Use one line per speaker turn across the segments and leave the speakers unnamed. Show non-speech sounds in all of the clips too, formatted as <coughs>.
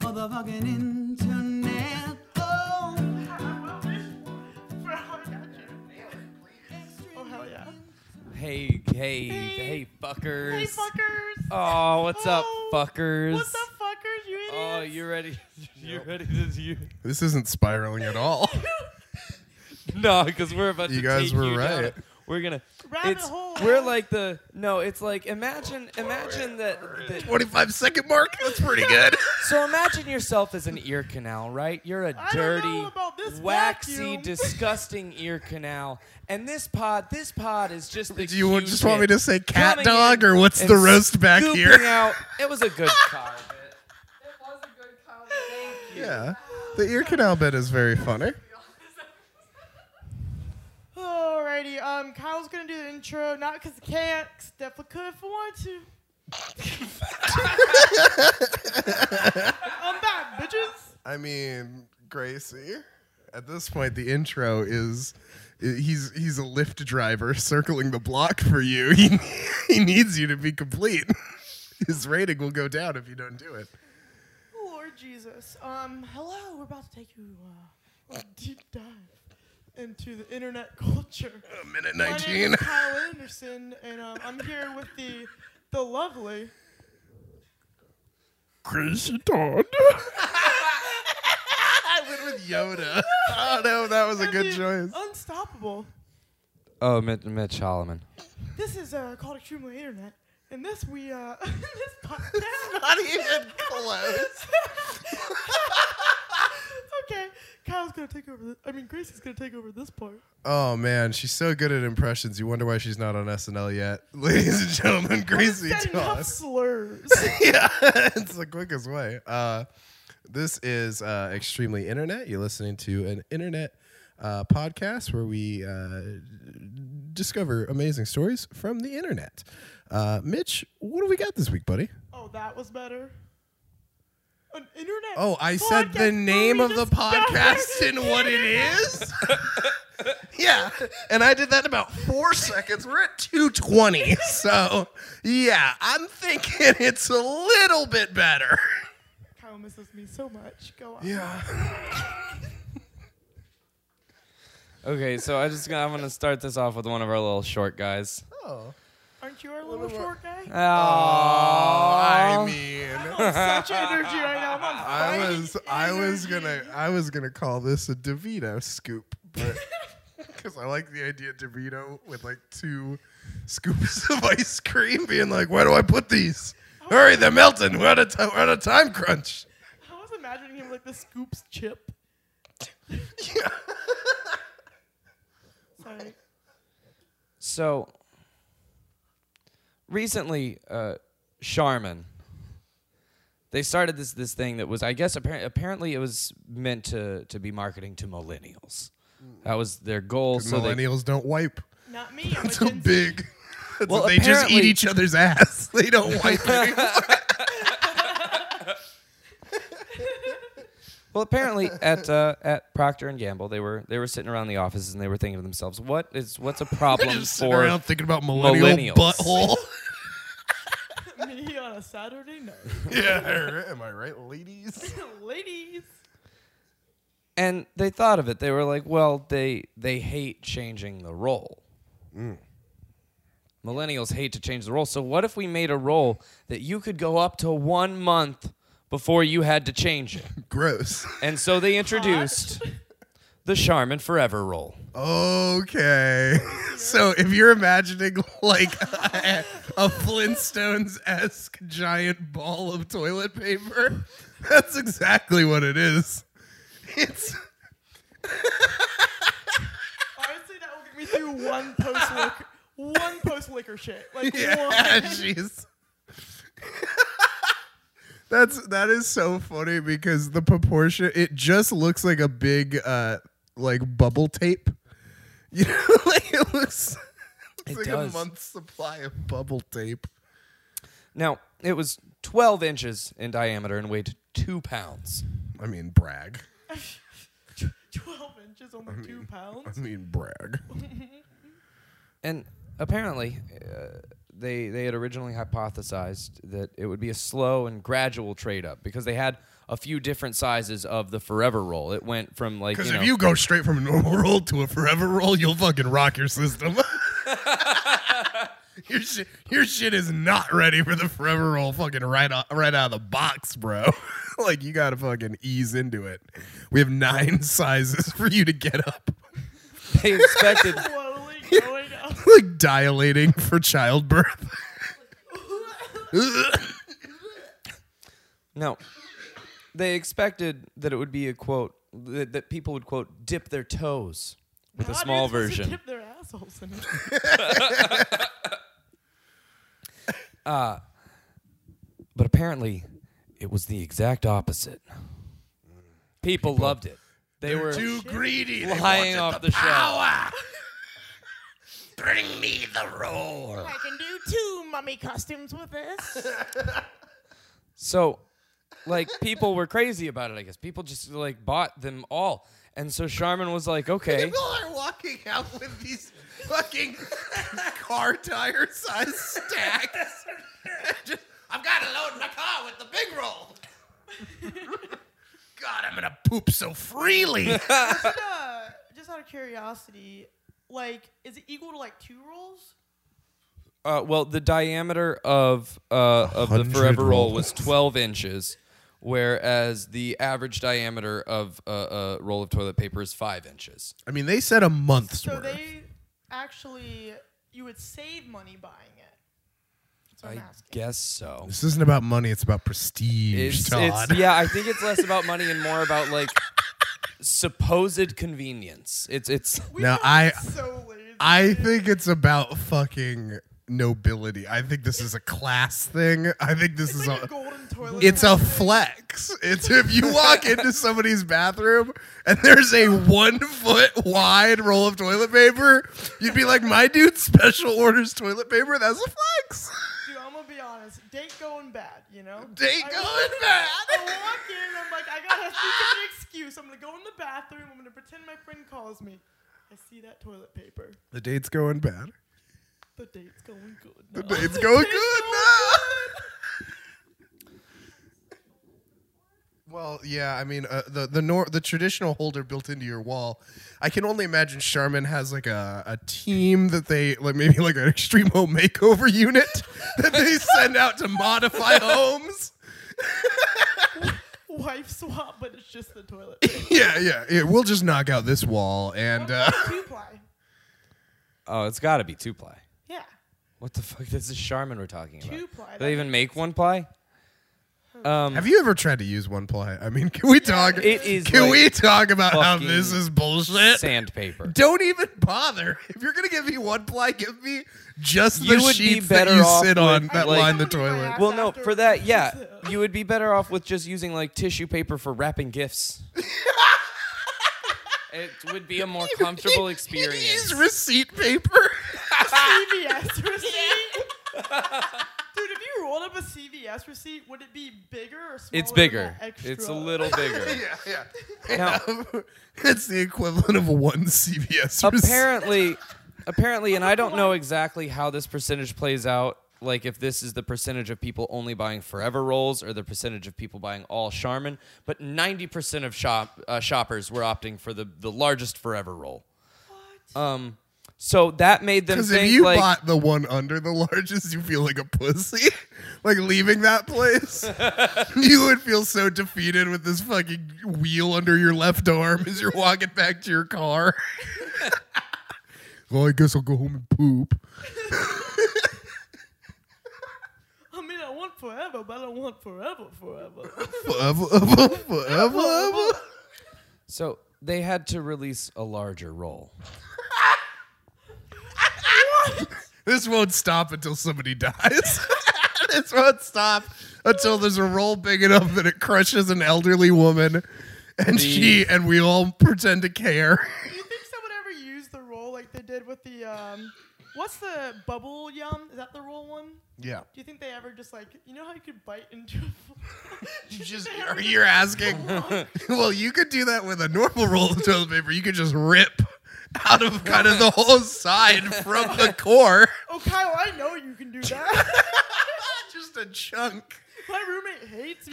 motherfucking internet. Oh,
Oh hell yeah.
Hey, hey, hey, fuckers.
Hey fuckers.
Oh, what's up,
Oh,
fuckers?
What's up, fuckers? You idiots.
Oh, you ready? <laughs> You ready to you? <laughs>
This isn't spiraling at <laughs> all.
No, because we're about
You
to
guys
take
were
you down.
right.
We're gonna.
Rabbit
it's,
hole.
We're like the no. It's like imagine, imagine that. that
25 second mark? That's pretty good.
so imagine yourself as an ear canal, right? You're a
I don't
dirty,
know about this
waxy,
vacuum. <laughs>
disgusting ear canal, and this pod, this pod is just the.
<laughs> Do you want-
Q
just want me
tip
to say cat
coming
dog,
in
or what's
and
the roast back
scooping
here?
out- It was a good cow bit.
<laughs> Yeah. The ear canal bit is very funny.
Alrighty. Um, Kyle's gonna do the intro, not because I can't, 'cause I definitely could if I want
<laughs>
to. I'm back, bitches.
I mean, Gracie, at this point, the intro is. He's he's a Lyft driver <laughs> circling the block for you. <laughs> He, he needs you to be complete. <laughs> His rating will go down if you don't do it.
Lord Jesus. Um, hello. We're about to take you uh, on a deep dive into the internet culture.
A minute
My name
19.
is Kyle Anderson, and um, I'm here with the the lovely.
Crazy <laughs> Todd. <laughs> I went with Yoda. Oh no, that was a good
and the
choice.
Unstoppable.
Oh, Mitch, Mitch Holloman.
This is uh, called Extremely Internet, and this we uh, <laughs>
<laughs>
this podcast.
Not even close.
<laughs> okay, Kyle's gonna take over. The, I mean, Gracie's gonna take over this part.
Oh man, she's so good at impressions. You wonder why she's not on SNL yet, <laughs> ladies and gentlemen. Gracie
Said enough <laughs>
Todd.
slurs.
<laughs> yeah, it's the quickest way. Uh, this is uh, extremely internet. You're listening to an internet uh, podcast where we uh, discover amazing stories from the internet. Uh, Mitch, what do we got this week, budey?
oh, that was better. An internet.
Oh, I said
podcast where
the name
we
of the
discover
podcast and what it <laughs> is. yeah, and I did that in about four seconds. We're at two <laughs> twenty, so yeah, I'm thinking it's a little bit better.
Kyle misses me so much. Go on.
Yeah.
Okay, so I just I'm gonna start this off with one of our little short guys.
Oh,
Aren't you our little short guy?
<laughs>
Oh,
I mean,
I'm such energy right now. I'm on
I
fire.
was, I was gonna, I was gonna call this a Devito scoop, <laughs> but because I like the idea of Devito with like two scoops of ice cream, being like, where do I put these? Hurry, they're melting. We're at a, ti- we're at a time crunch.
I was imagining him like the scoops chip.
Yeah.
Sorry.
So recently, uh, Charmin. They started this this thing that was, I guess, appar- apparently it was meant to to be marketing to millennials. That was their goal. So they-
Millennials don't wipe.
Not me. I'm a
That's so
Gen Z.
<laughs> big. That's
Well,
what they just eat
apparently-
each other's ass. <laughs> They don't wipe anymore.
<laughs> Well, apparently at uh, at Procter and Gamble, they were they were sitting around the offices and they were thinking to themselves, "What is what's a
<laughs> They're
problem
just sitting
for?"
around thinking about millennial
millennials.
butthole.
<laughs> me on a Saturday night.
<laughs>
<laughs>
yeah, am I right, ladies?
Ladies.
And they thought of it. They were like, "Well, they they hate changing the role. Millennials hate to change the role. So what if we made a role that you could go up to one month before you had to change it?"
Gross.
And so they introduced the Charmin Forever role.
Okay. <laughs> So if you're imagining like <laughs> a, a Flintstones esque giant ball of toilet paper, <laughs> that's exactly what it is. It's
Honestly, that will get me through one post liquor, one post liquor shit. Like
yeah,
one.
jeez. <laughs> That's that is so funny because the proportion it just looks like a big uh like bubble tape. <laughs> You know, <laughs> like it looks, <laughs> it
It
looks like
does.
a month's supply of bubble tape.
Now, it was 12 inches in diameter and weighed 2 pounds.
I mean brag. <laughs>
Twelve inches, only two pounds.
I mean brag.
And apparently, uh, they they had originally hypothesized that it would be a slow and gradual trade up because they had a few different sizes of the forever roll. It went from like
Because
you know, <laughs>
if you go straight from a normal <laughs> roll to a forever roll, you'll fucking rock your system. <laughs> your, shit, your shit is not ready for the forever roll fucking right out, right out of the box, bro. <laughs> like, you gotta fucking ease into it. We have nine <laughs> sizes for you to get up. <laughs>
they expected
slowly going up.
like, dilating for childbirth. <laughs>
no, they expected that it would be a quote that, that people would quote dip their toes with a
Audience
small
must have
version.
dipped their assholes in
<laughs>
it.
But apparently, it was the exact opposite. People, loved it. They were
Too greedy. They
flying
wanted
off the shelf.
power. Bring me the roll.
I can do two mummy costumes with
<laughs>
this.
So, like, people were crazy about it, I guess. People just, like, bought them all. And so Charmin was like, okay.
People are walking out with these fucking <laughs> car tire size stacks. <laughs> Just, I've got to load my car with the big roll. <laughs> God, I'm gonna poop so freely.
uh, just out of curiosity, like, is it equal to like two rolls?
Uh, well, the diameter of uh, of the
hundred
Forever Roll was
rolls.
12 inches, whereas the average diameter of uh, a roll of toilet paper is five inches.
I mean, they said a month's
So they actually, you would save money buying it. That's what I
I
am asking.
guess so.
This isn't about money; it's about prestige,
It's, it's yeah, I think it's less about money and more about like supposed convenience. It's it's
We
<laughs> Now,
are
I-
so lazy.
I think it's about fucking nobility. I think this is a class thing. I think this
it's
is
like a,
a
golden toilet.
it's a
paper.
flex. It's if you <laughs> walk into somebody's bathroom and there's a one foot wide roll of toilet paper, you'd be like, "My dude, special orders toilet paper. That's a flex."
Dude, I'm gonna be honest. Date going bad, you know.
Date
I-
going bad.
I walk in. I'm like, I gotta think of an excuse. I'm gonna go in the bathroom. I'm gonna pretend my friend calls me. I see that toilet paper.
The date's going bad.
The date's going good.
The
now. <laughs>
date's going
Date's
good
going
now. Well, yeah, I mean uh, the the nor- the traditional holder built into your wall. I can only imagine Charmin has like a, a team that they like maybe like an extreme home makeover unit <laughs> that they send out
<laughs>
to modify homes.
wife swap, but it's just the
<laughs>
toilet. paper.
Yeah, yeah, yeah. We'll just knock out this wall and uh,
Two ply.
oh, it's got to be two ply.
Yeah.
What the fuck? This is Charmin we're talking about.
Two-ply,
Do
that
they even make one ply? Um,
have you ever tried to use one ply? I mean, can we talk?
It is
Can
like
we talk about how
fucking
this is bullshit?
sandpaper.
Don't even bother. If you're gonna give me one ply, give me just the
You would be
sheets that
better
you
off
sit on
with,
that
like-
line the
Somebody might
<laughs> toilet.
ask-
Well, no,
After-
for that,
<laughs>
yeah, you would be better off with just using like tissue paper for wrapping gifts. <laughs> it would be a more <laughs> comfortable experience.
Use
<laughs>
receipt paper.
<laughs> CVS receipt. Dude, if you rolled up a CVS receipt, would it be bigger or smaller?
It's
than
bigger.
that extra?
It's a little bigger.
<laughs>
yeah, yeah. <laughs>
Now,
It's the equivalent of one CVS
<laughs>
receipt.
apparently, apparently, and I don't know exactly how this percentage plays out. Like, if this is the percentage of people only buying forever rolls or the percentage of people buying all Charmin, but 90% of shop uh, shoppers were opting for the, the largest forever roll. What? Um, so that made them
Because
think
if you
like
bought the one under the largest, you feel like a pussy. <laughs> like leaving
<laughs>
that place, you would feel so defeated with this fucking wheel under your left arm as you're walking back to your car. <laughs> well, I guess I'll go home and poop.
I mean, I want forever, but I don't want forever, forever. <laughs>
Forever, forever, forever, ever.
So they had to release a larger roll.
This won't stop until somebody dies. <laughs> this won't stop until there's a roll big enough that it crushes an elderly woman, and she and we all pretend to care.
Do you think someone ever used the roll like they did with the um, what's the bubble yum? Is that the roll one?
Yeah.
Do you think they ever just like you know how you could bite into? a <laughs>
You just are you <laughs> asking? well, you could do that with a normal roll of toilet paper. You could just rip out of kind of the whole side from the core. <laughs>
Oh, Kyle, I know you can do that.
just a chunk.
My roommate hates me,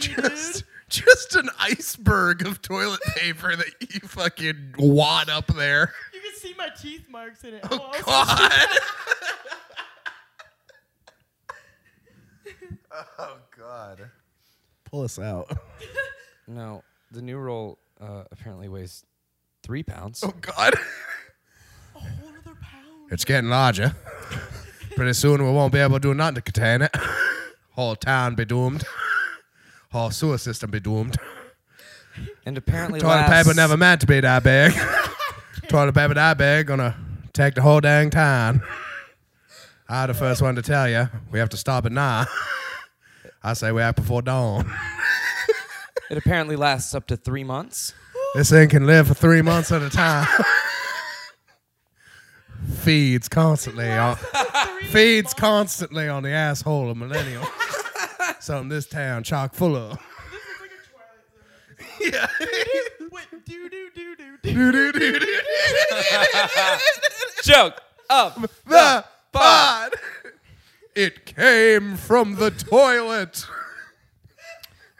dude.
Just, just an iceberg of toilet paper that you fucking wad up there.
You can see my teeth marks in it.
Oh,
also-
God. <laughs> oh, God. Pull us out.
No, the new roll uh, apparently weighs three pounds.
Oh, God.
A whole other pound.
It's getting larger. Pretty soon we won't be able to do nothing to contain it. Whole town be doomed. Whole sewer system be doomed.
And apparently,
Toilet
lasts-
paper never meant to be that big. Toilet paper that big gonna take the whole dang town. I the first one to tell you we have to stop at nine. I say we act before dawn.
It apparently lasts up to three months.
This thing can live for three months at a time. feeds constantly
<laughs>
on <laughs>
Three
feeds
months.
constantly on the asshole of <laughs> millennial. Something this town chock full of.
This is like a Twilight Zone.
Yeah.
Wait, do do do do do.
<laughs> Do, do, do, do, do.
Joke of
the
pod.
pod. It came from the toilet.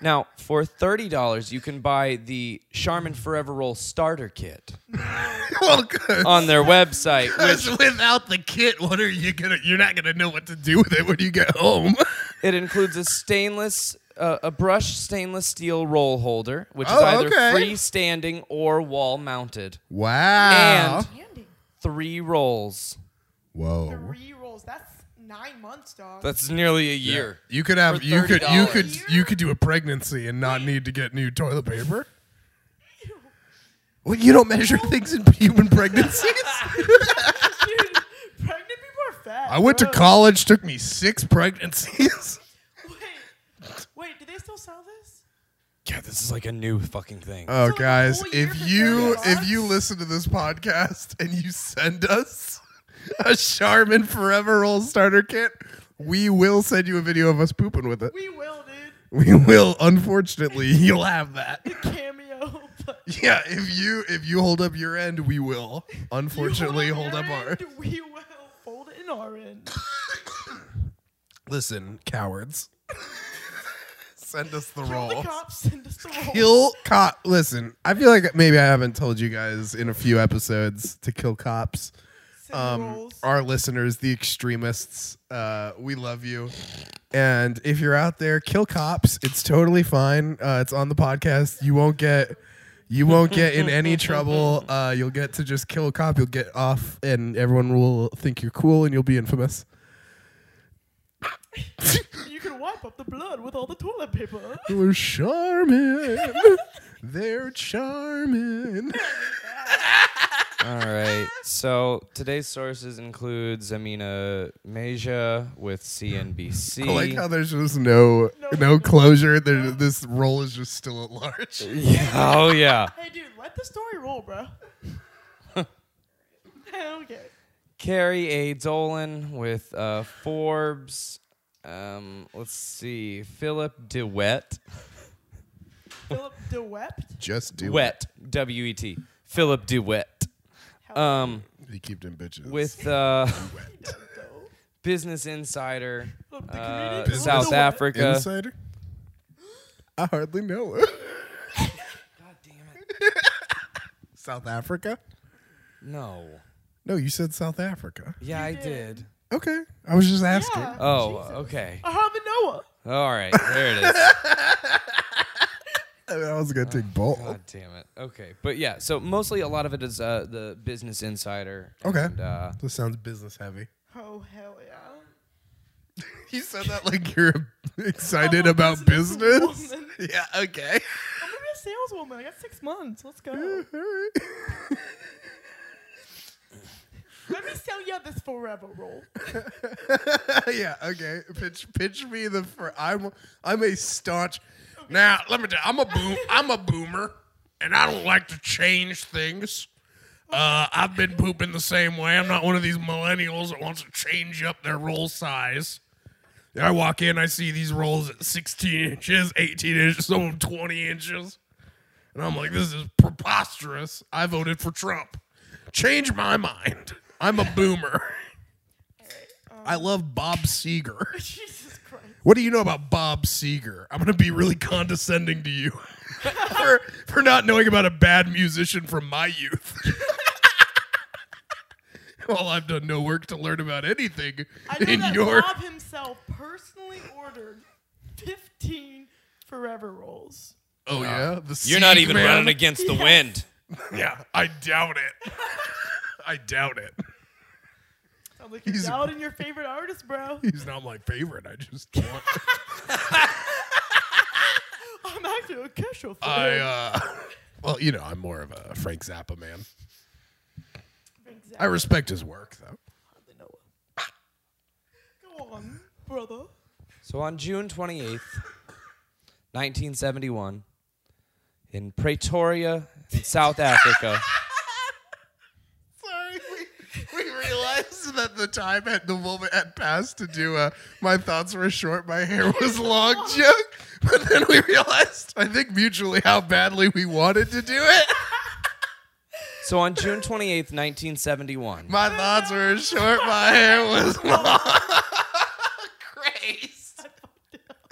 Now, for thirty dollars, you can buy the Charmin Forever Roll Starter Kit
<laughs> well, good.
on
<laughs>
their website. Which
Because without the kit, what are you gonna? You're not gonna know what to do with it when you get home.
it includes a stainless, uh, a brushed stainless steel roll holder, which is
Oh,
either
okay.
freestanding or wall mounted,
<laughs> Wow.
And-
Candy.
three rolls.
Whoa.
Three rolls. That's nine months, dog. <laughs>
That's nearly a year.
You could have
For
you could you
$30.
could you could do a pregnancy and not need to get new toilet paper.
Ew.
Well, you don't measure things in human pregnancies. <laughs>
Dude, pregnant people are fat.
I went to
bro.
college, took me
<laughs>
six pregnancies.
Wait, wait, do they still sell this?
Yeah, this is like a new fucking thing.
Oh,
like, a
guys,
whole year
if
for
you
30
if you
bucks?
listen to this podcast and you send us a Charmin Forever Roll Starter Kit, we will send you a video of us pooping with it.
We will, dude.
We will. Unfortunately, <laughs> you'll have that.
Cameo. <laughs> But
Yeah, if you if you hold up your end, we will.
you
Unfortunately, hold
your
up our.
end, We will fold it in our end.
Listen, cowards. <laughs> send us the
Kill the
roll.
cops. Send us the roll.
Kill cop. Listen, I feel like maybe I haven't told you guys in a few episodes to kill cops.
Send
um,
rolls.
our listeners, the extremists. Uh, we love you. And if you're out there, kill cops. It's totally fine. Uh, it's on the podcast. You won't get you won't get in any trouble. Uh, you'll get to just kill a cop. You'll get off, and everyone will think you're cool, and you'll be infamous.
you can wipe up the blood with all the toilet
<laughs>
paper.
They're charming. <laughs> They're charming.
All right. So today's sources includes Amina Meja with CNBC.
I like how there's just no no closure. There, this role is just still
<laughs>
at large.
yeah, oh yeah.
Hey, dude, let the story roll,
<laughs>
bro. <laughs> okay.
Carrie A. Dolan with uh, Forbes. Um, let's see. Philip DeWet.
Philip DeWept.
Just do it.
Wet. W E T. Philip DeWet. Um,
They keep them bitches.
with uh,
Wet.
Business Insider.
Philip the
Uh,
comedian Philip
South
DeWet.
Africa.
Insider? I hardly know it.
God damn it.
<laughs> South Africa?
No.
No, you said South Africa.
Yeah, I
You did.
did.
Okay. I was just asking.
Yeah.
Oh, okay.
Ahava Noah.
All right. There
<laughs>
it is.
I, mean, I was going to take both.
Oh, God damn it. Okay, but yeah. So mostly a lot of it is uh, the Business Insider.
Okay.
And, uh,
Oh, This sounds business heavy. <laughs>
Oh, hell yeah.
You said that like
<laughs>
you're excited
I'm a
about
business
business. <laughs>
woman.
Yeah, okay. <laughs>
I'm going to be a saleswoman. I got six months. Let's go.
All right.
let me sell you this forever roll. <laughs>
<laughs> yeah, okay. Pitch pitch me the for I'm I'm a staunch Now, let me tell you, I'm a boom I'm a boomer and I don't like to change things. Uh, I've been pooping the same way. I'm not one of these millennials that wants to change up their roll size. I walk in, I see these rolls at 16 inches, 18 inches, some of them 20 inches. And I'm like, this is preposterous. I voted for Trump. change my mind. I'm a boomer. I love Bob Seger.
Jesus Christ.
What do you know about Bob Seger? I'm going to be really condescending to you <laughs> for, for not knowing about a bad musician from my youth. <laughs> well, I've done no work to learn about anything
I know
in
that
your.
Bob himself personally ordered 15 forever rolls.
oh, yeah? The
Uh, You're not
Sieg
even
man?
running against the
Yes.
wind.
Yeah, I doubt it. I doubt it.
Sounds like you're
He's-
doubting your favorite artist, bro.
<laughs> He's not my favorite. I just want.
I'm actually a Kesha fan.
I, uh, well, you know, I'm more of a Frank Zappa man.
exactly.
I respect his work, though.
Go on, brother.
So on June 28th, 1971, in Pretoria, in South Africa,
Sorry, <laughs> we, we realized that the time had the moment had passed to do a my thoughts were short, my hair was <laughs> long joke. But then we realized, I think mutually, how badly we wanted to do it. <laughs>
so on June 28th, 1971,
My thoughts were short, my hair was <laughs> long. Grace. I fucked it up.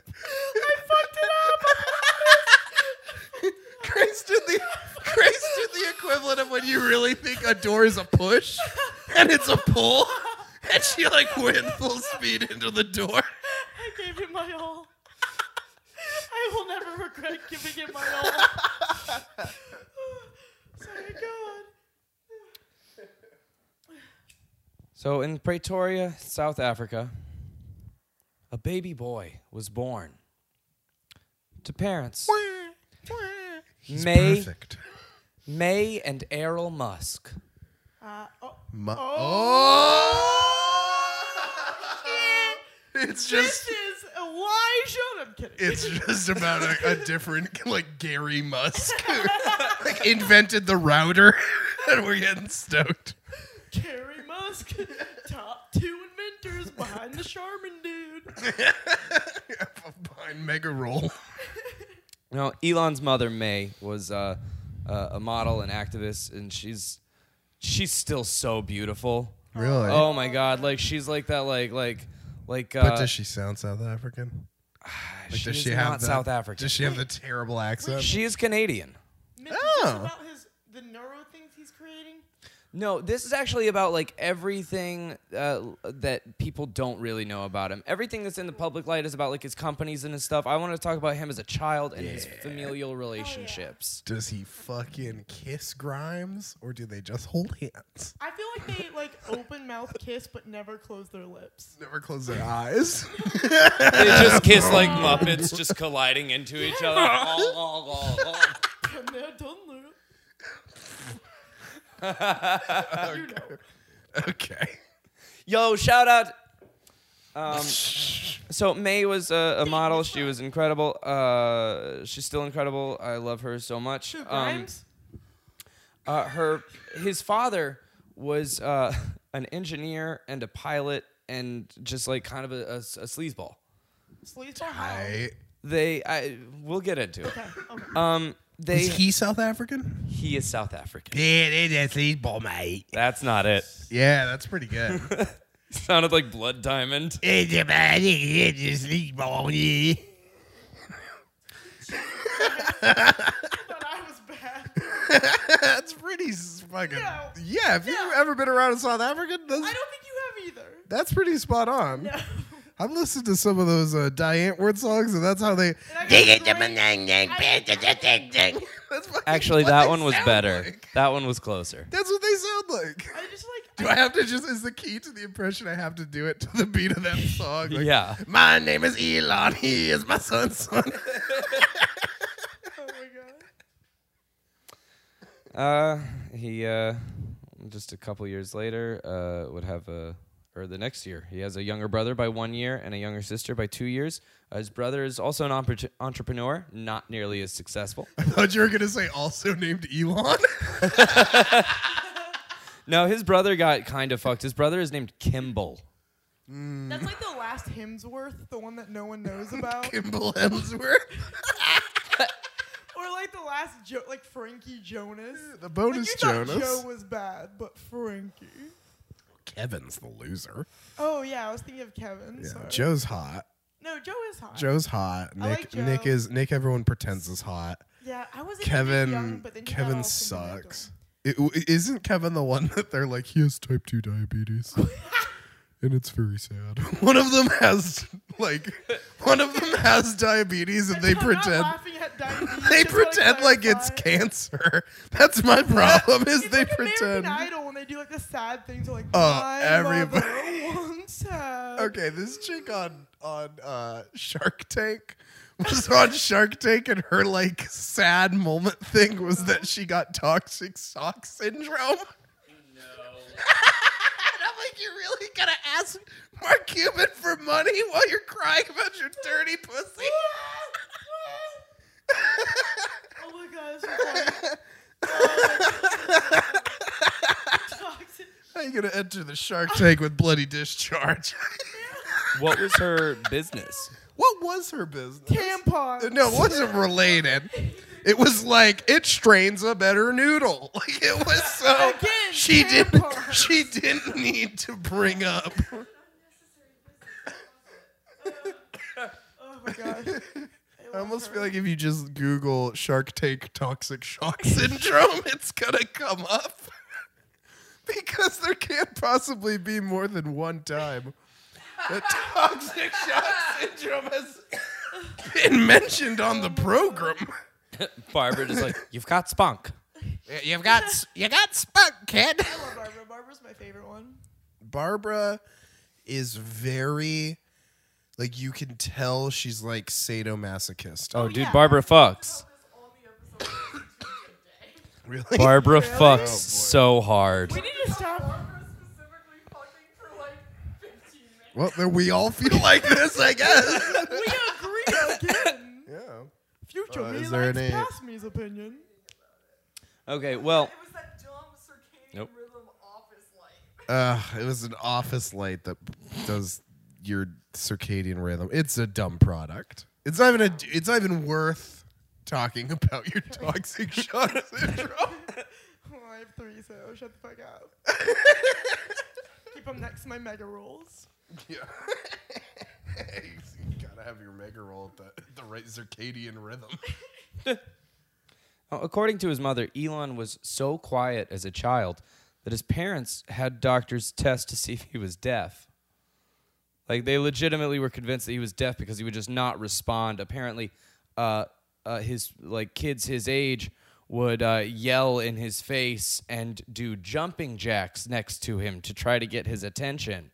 I fucked it up. Grace did the Grace did the equivalent of when you really think a door is a push and it's a pull. And she like went full speed into the door.
<laughs> I gave him my all. I will never regret giving him my all.
<laughs>
Sorry, go on.
So in Pretoria, South Africa, a baby boy was born to parents May May and Errol Musk.
Uh, oh,
<laughs> oh. It's
this is Elijah. I'm kidding.
<laughs>
It's just about a, a different, like Gary Musk,
<laughs>
like invented the router, <laughs> and we're getting stoked.
Carrie Musk, top two inventors behind the Charmin dude.
Behind Mega Roll.
Now, Elon's mother May was uh, uh, a model and activist, and she's she's still so beautiful.
Really?
Oh my God! Like she's like that, like like like. Uh,
but does she sound South African? Like,
is
does she have
not
the-
South African.
Does she have the terrible accent?
She is Canadian.
Mitch, is this
Oh.
about his the neuro things he's creating?
No, this is actually about like everything uh, that people don't really know about him. Everything that's in the public light is about like his companies and his stuff. I want to talk about him as a child and his familial relationships.
does he fucking kiss Grimes, or do they just hold hands?
I feel like they like open mouth kiss but never close their lips.
Never close their
<laughs>
eyes.
They just kiss like Muppets, just colliding into each other. <laughs>
And they're done,
<laughs>
Luke. You know.
okay.
Yo, shout out.
<laughs>
Um, so May was a, a model. She was incredible. Uh, she's still incredible. I love her so much.
Two
Um,
Grimes?
uh, her his father was uh, <laughs> an engineer and a pilot and just like kind of a, a, a sleazeball.
Sleaze ball?
I,
They I we'll get into it.
Okay, okay.
Um, they
is he South African?
he is South
<laughs>
African.
Yeah, that's his ball, mate.
That's not it. <laughs>
Yeah, that's pretty good.
Sounded like Blood Diamond.
<laughs> That's
I thought I was bad.
pretty s- fucking.
No.
Yeah, if you've
No.
ever been around in South Africa,
I
that's,
don't think you have either.
that's pretty spot on.
<laughs> No.
I've listened to some of those uh, Diane Word songs, and that's how they.
And I got great- I
<laughs> That's fucking
Actually,
what
that
they
one was
sound
better.
like.
That one was closer.
That's what they sound like. <laughs>
I just like
Do I have to just is the key to the impression I have to do it to the beat of that song? Like,
Yeah.
My name is Elon. He is my son's son.
oh my god.
Uh, he uh, just a couple years later uh, would have a or the next year he has a younger brother by one year and a younger sister by two years. Uh, his brother is also an ompre- entrepreneur, not nearly as <laughs> successful.
<laughs> I thought you were gonna say also named Elon. <laughs>
no, his brother got kind of fucked. His brother is named Kimball.
Mm.
That's like the last Hemsworth,
<laughs>
the one that no one knows about.
Kimball Hemsworth.
or like the ass jo- like Frankie Jonas.
The
Like,
bonus
you thought
Jonas.
Joe was bad, but Frankie.
Kevin's the loser.
Oh yeah, I was thinking of Kevin.
Yeah.
sorry.
Joe's hot.
No, Joe is hot.
Joe's hot. Nick
I like Joe.
Nick is Nick everyone pretends is hot.
Yeah, I was into
Kevin
Young, but then he got all
Kevin
sentimental.
sucks. It, w- isn't Kevin the one that they're like he has type
<laughs>
2 diabetes? and it's very sad. <laughs> One of them has like one of them has diabetes
<laughs>
and they
I'm not
pretend
laughing
<laughs>
at diabetes,
they
just wanna
pretend like it's
clarify.
cancer. <laughs> That's my problem is
It's
they
like
pretend.
American Idol when they do like the sad things like
Oh,
my
<laughs> everybody-
mother once had.
Okay, this chick on on uh, Shark Tank <laughs> was on Shark Tank, and her like sad moment thing was that she got toxic sock syndrome. <laughs> No. and I'm like, you really gonna ask Mark Cuban for money while you're crying about your dirty pussy?
Oh my god, that's so funny. Oh my God. Toxic.
How you gonna enter the Shark Tank with bloody discharge? <laughs>
What was her business?
what was her business?
Tampon.
<laughs> No, it wasn't related. It was like it strains a better noodle. <laughs> Like it was so
Again,
she didn't
tampons.
<laughs> she didn't need to bring up.
Oh my
<laughs>
god.
I almost feel like if you just Google Shark Tank toxic shock syndrome, <laughs> it's gonna come up <laughs> because there can't possibly be more than one time that
<laughs>
toxic shock syndrome has been mentioned on the program.
<laughs> Barbara just like, you've got spunk.
You've got you got spunk, kid.
I love Barbara. Barbara's my favorite one.
Barbara is very like you can tell she's like sadomasochist.
Oh, dude,
yeah.
Barbara fucks.
<laughs> really?
Barbara fucks
Oh, boy.
so hard.
We need to stop.
well, then we all feel <laughs> like this, I guess.
We
<laughs>
agree again.
yeah.
Future
Uh,
me
is there
likes
any-
past me's opinion.
Okay, well, Nope.
<laughs>
Uh, it was an office light that does your circadian rhythm. It's a dumb product. It's not even a. It's not even worth talking about your
<laughs>
toxic shock syndrome.
Oh, I have three, so shut the fuck
<laughs>
up. Keep them next to my mega rolls.
Yeah. <laughs> you gotta have your mega roll at the, the right circadian rhythm.
according to his mother, Elon was so quiet as a child that his parents had doctors test to see if he was deaf. Like they legitimately were convinced that he was deaf because he would just not respond. Apparently, uh, uh, his like kids his age would uh, yell in his face and do jumping jacks next to him to try to get his attention.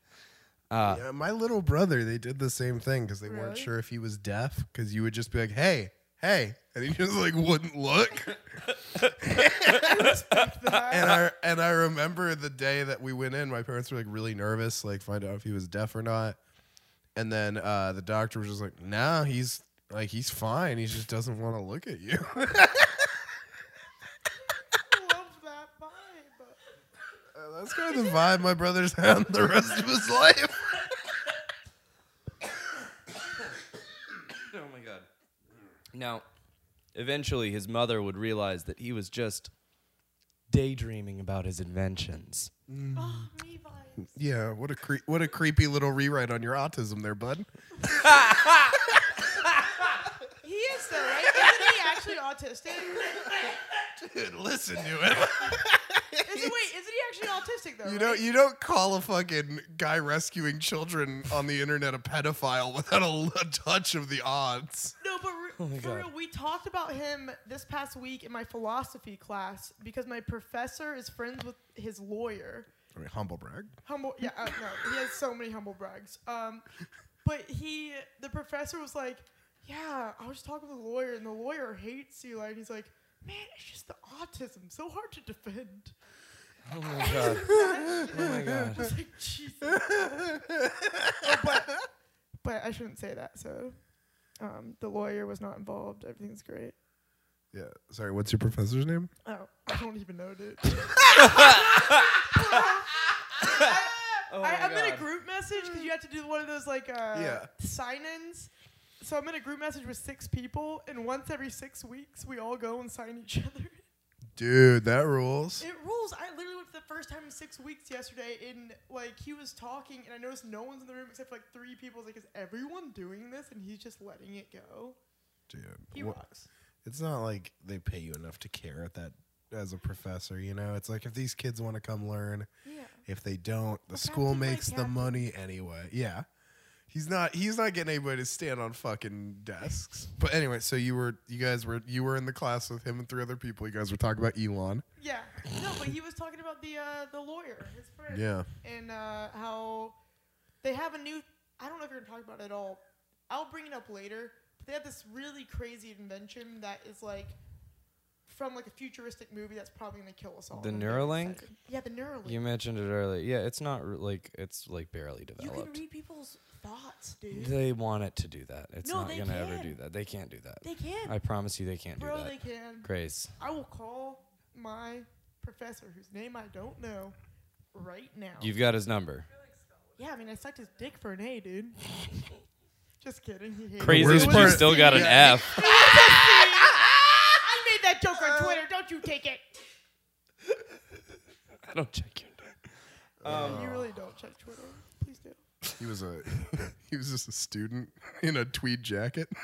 Yeah, my little brother, they did the same thing because they weren't
Really?
sure if he was deaf. Because you would just be like, "Hey, hey," and he <laughs> just like wouldn't look. Uh, and <laughs> I and I remember the day that we went in. My parents were like really nervous, like find out if he was deaf or not. And then uh, the doctor was just like, "Nah, he's like he's fine. He just doesn't want to look at you." <laughs>
I love that vibe.
That's kind of the vibe my brother's had the rest of his life.
<laughs>
<laughs>
Oh my god. Now, eventually his mother would realize that he was just daydreaming about his inventions.
Oh, me vibes.
Yeah, what a cre- what a creepy little rewrite on your autism there, bud.
He is though, right? Isn't he actually autistic?
Dude, listen to him. <laughs>
Is he, wait, isn't he actually autistic though?
You
right?
don't you don't call a fucking guy rescuing children on the internet a pedophile without a, a touch of the odds.
No, but re-
Oh my
for
God.
real, we talked about him this past week in my philosophy class because my professor is friends with his lawyer.
humble brag.
Humble, yeah, uh, no, he has so many humble brags. Um, but he, the professor was like, "Yeah, I was talking to the lawyer, and the lawyer hates you." And he's like, "Man, it's just the autism, so hard to defend."
Oh my
<laughs>
god. Oh my
I
god.
was like, Jesus. Oh, but, but I shouldn't say that. So, um, the lawyer was not involved. Everything's great.
Yeah. Sorry, what's your professor's name?
Oh, I don't even know,
<laughs>
dude. I,
Oh
I,
my
I'm in a
God.
Oh group message because you have to do one of those like uh,
Yeah.
sign-ins, So I'm in a group message with six people, and once every six weeks, we all go and sign each <laughs> other.
Dude, that rules.
It rules. I literally went for the first time in six weeks yesterday, and like he was talking, and I noticed no one's in the room except for, like three people. I was like, is everyone doing this? And he's just letting it go.
Dude,
He
wha-
rocks.
it's not like they pay you enough to care at that as a professor, you know? It's like if these kids want to come learn,
Yeah.
if they don't, the
Well,
school
Captain, my
makes the
Captain.
money anyway. Yeah. He's not he's not getting anybody to stand on fucking desks. But anyway, so you were you guys were you were in the class with him and three other people. You guys were talking about Elon.
Yeah. No, but he was talking about the uh, the lawyer, his friend.
Yeah.
And uh, how they have a new. I don't know if you're gonna talk about it at all. I'll bring it up later. But they have this really crazy invention that is like from like a futuristic movie that's probably gonna kill us all.
The
I'm very
Neuralink?
excited. Yeah, the Neuralink.
You mentioned it earlier. Yeah, it's not r- like it's like barely
You can
developed.
read people's thoughts, dude.
They want it to do that. It's
No,
not
they
gonna ever
can.
do that. They can't do that.
They can.
I promise you, they can't
Bro,
do that.
they can.
Grace,
I will call my professor, whose name I don't know, right now.
you've got his number.
yeah, I mean, I sucked his dick for an A,
<laughs>
dude. Just kidding. He hated
Crazy,
worst
is you
part-
still got an
<laughs> Yeah.
F.
I made that joke on Twitter. Don't you take it.
I don't check your number.
you really don't check Twitter. Please do.
He was a <laughs> he was just a student in a tweed jacket. <laughs>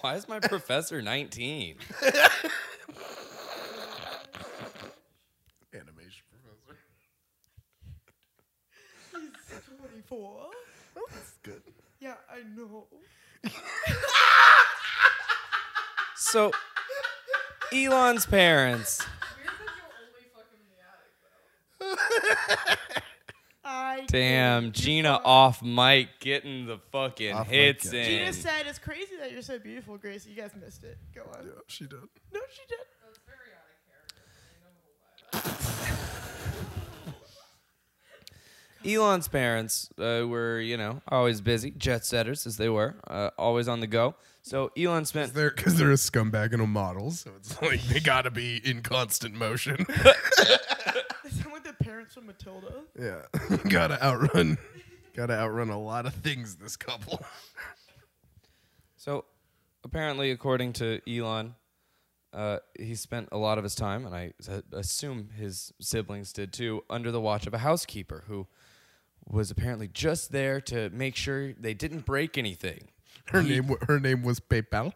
Why is my professor 19?
Animation professor.
He's 24.
That's good.
Yeah, I know.
So, Elon's parents.
I
Damn, Gina off mic getting the fucking
Off mic,
hits
yeah.
in.
Gina said, "It's crazy that you're so beautiful, Grace. You guys missed it. Go on."
Yeah, she did.
No, she did.
Elon's parents uh, were, you know, always busy, jet setters as they were, uh, always on the go. So Elon spent
They're because they're a scumbag and a model, so it's <laughs> like they gotta be in constant <laughs> motion.
They sound like the parents from Matilda.
yeah, <laughs> gotta outrun, gotta outrun a lot of things. This couple.
So, apparently, according to Elon, uh, he spent a lot of his time, and I s- assume his siblings did too, under the watch of a housekeeper who was apparently just there to make sure they didn't break anything.
Her name wa- her name was PayPal.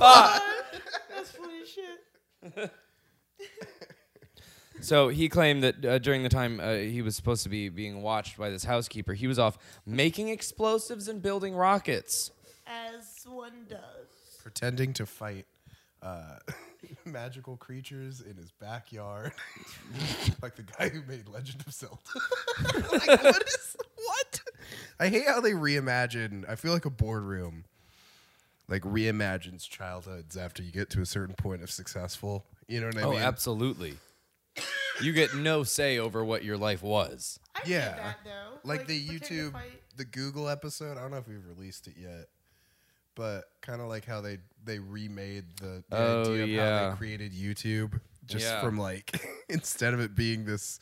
That's funny as shit.
So he claimed that uh, during the time uh, he was supposed to be being watched by this housekeeper, he was off making explosives and building rockets.
As one does.
Pretending to fight uh, <laughs> magical creatures in his backyard, <laughs> like the guy who made Legend of Zelda. <laughs> like, what is what? I hate how they reimagine. I feel like a boardroom. Like reimagines childhoods after you get to a certain point of successful. You know what I
oh,
mean?
absolutely. you get no say over what your life was.
I
Yeah.
did that though.
like, the
pretend to
YouTube,
fight.
the Google episode. I don't know if we've released it yet, but kind of like how they they remade the, the
Oh,
idea of how
yeah.
they created YouTube, just
Yeah.
from like <laughs> instead of it being this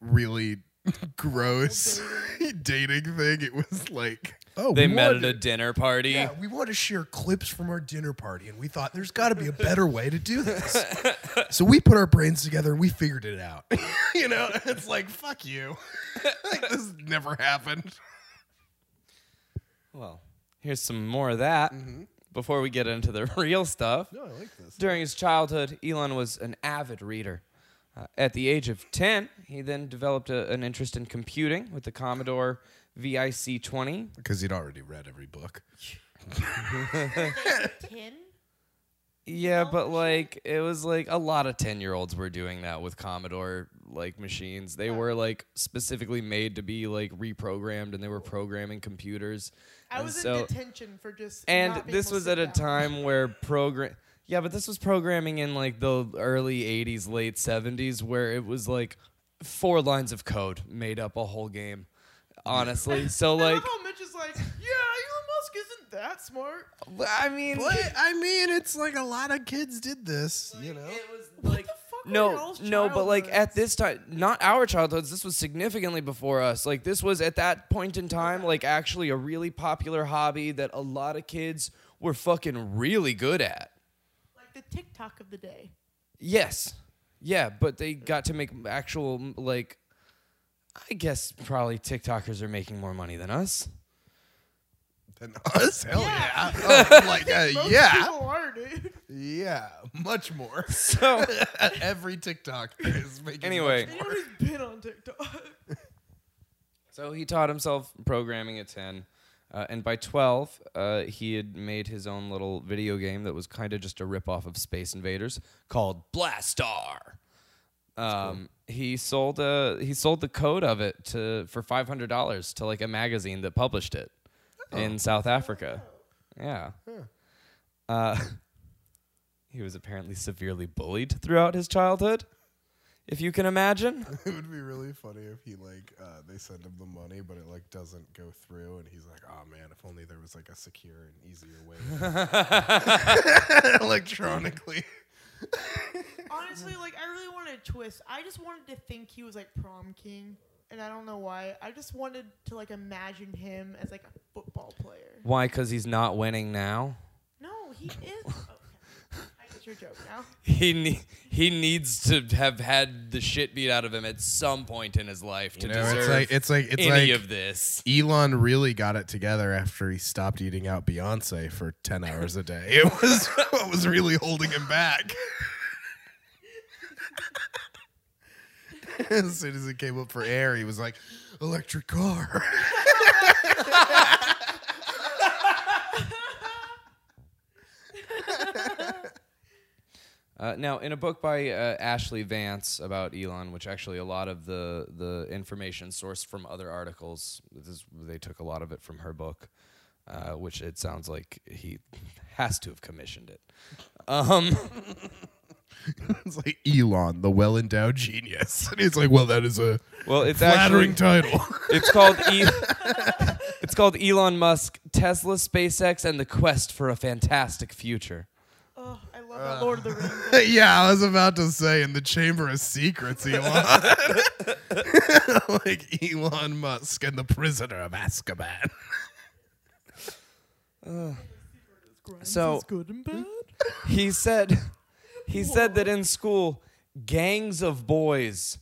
really <laughs> gross <laughs> dating thing, it was like oh
They
we
met
wanted
at a
to-
dinner party.
yeah, we want to share clips from our dinner party, and we thought there's got to be a better way to do this. so we put our brains together and we figured it out. <laughs> you know, it's like fuck you. <laughs> like this never happened.
Well, here's some more of that before we get into the <laughs> real stuff.
Mm-hmm. I like this.
During his childhood, Elon was an avid reader. Uh, at the age of 10, he then developed a, an interest in computing with the Commodore VIC 20.
Because he'd already read every book.
Tin? Oh,
Yeah, but like it was like a lot of 10 year olds were doing that with Commodore like machines. They were like specifically made to be like reprogrammed and they were programming computers.
I
And
was
so-
in detention for just.
and
not being
this
able to
was
sit
at a
down.
time where program yeah but this was programming in like the early 80s late 70s where it was like four lines of code
<laughs>
made up a whole game honestly so
I <laughs>
like
love how Mitch is like, yeah, Elon Musk isn't that smart.
I mean,
But I mean, it's like a lot of kids did this, you know.
It was like
fuck were
no,
y'all's
no, but like at
childhoods?
this time, not our childhoods. This was significantly before us. Like this was at that point in time, like actually a really popular hobby that a lot of kids were fucking really good at.
Like the TikTok of the day.
Yes, yeah, but they got to make actual like, I guess probably TikTokers are making more money
<laughs>
than us.
Than us, hell yeah,
Yeah.
Oh, like uh,
Most
yeah,
people are, dude.
yeah, much more. <laughs>
So
Every TikTok is
<laughs>
making
Anyway.
much
Anyone
more.
who's been on TikTok. <laughs>
So he taught himself programming at 10. Uh, and by 12, uh, he had made his own little video game that was kind of just a ripoff of Space Invaders called Blastar. Um, He sold uh, he sold the code of it to for five hundred dollars to like a magazine that published it in South Africa. Yeah. Uh, <laughs> he was apparently severely bullied throughout his childhood, if you can imagine.
<laughs> It would be really funny if he like uh, they send him the money, but it like doesn't go through, and he's like, "Oh man, if only there was like a secure and easier way." <laughs> Electronically,
Honestly, like I really wanted a twist. I just wanted to think he was like prom king, and I don't know why. I just wanted to like imagine him as like a football player.
Why? Because he's not winning now.
No, he is. Okay. I get your joke now.
He ne- he needs to have had the shit beat out of him at some point in his life to
You know,
deserve
it's like it's like it's
any
like
of this.
Elon really got it together after he stopped eating out Beyonce for ten hours a day. It was <laughs> what was really holding him back. <laughs> as soon as it came up for air, he was like, "Electric car." <laughs>
Uh, now, in a book by uh, Ashley Vance about Elon, which actually a lot of the the information sourced from other articles, this is, they took a lot of it from her book, uh, which it sounds like he <laughs> has to have commissioned it. Um,
it's like Elon, the well-endowed genius, <laughs> and he's like, "Well, that is a
well, it's actually
<laughs> flattering title."
It's called e- It's called Elon Musk, Tesla, SpaceX, and the quest for a fantastic future.
Oh, I love that
Uh.
Lord of the
<laughs>
Rings.
yeah, I was about to say in the Chamber of Secrets, Elon. <laughs> like Elon Musk and the prisoner of Azkaban. <laughs>
Grimes
So-
is good and bad.
He said he said that in school, gangs of boys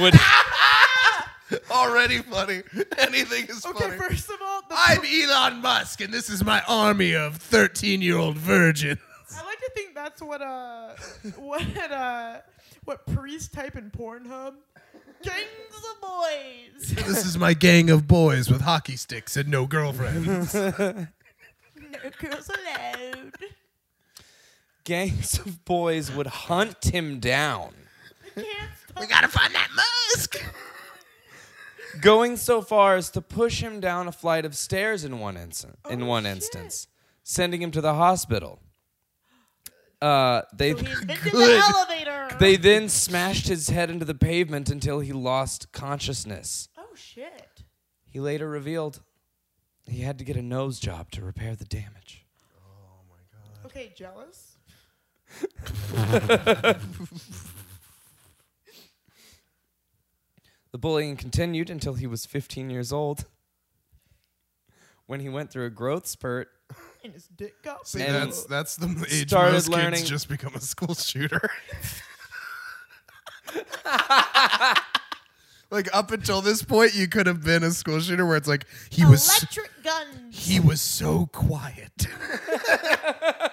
would
Already funny. Anything is
Okay,
funny.
first of all, the
I'm Elon Musk, and this is my army of 13 year old virgins.
I like to think that's what uh <laughs> what uh what priests type in Pornhub. Gangs of boys.
<laughs> This is my gang of boys with hockey sticks and no girlfriends.
No girls allowed.
gangs of boys would hunt him down.
Can't stop.
gotta find that Musk.
Going so far as to push him down a flight of stairs in one instance in
Oh,
one
shit.
instance, sending him to the hospital. Uh, they
He invented
Good. <laughs>
the elevator.
They then smashed his head into the pavement until he lost consciousness.
oh shit.
He later revealed he had to get a nose job to repair the damage.
Okay, jealous.
The bullying continued until he was 15 years old when he went through a growth spurt.
And his dick got
See,
big.
And
that's that's the age
started
most
learning-
kids just become a school shooter. <laughs> like up until this point, you could have been a school shooter where it's like he was
electric guns.
he was so quiet. <laughs>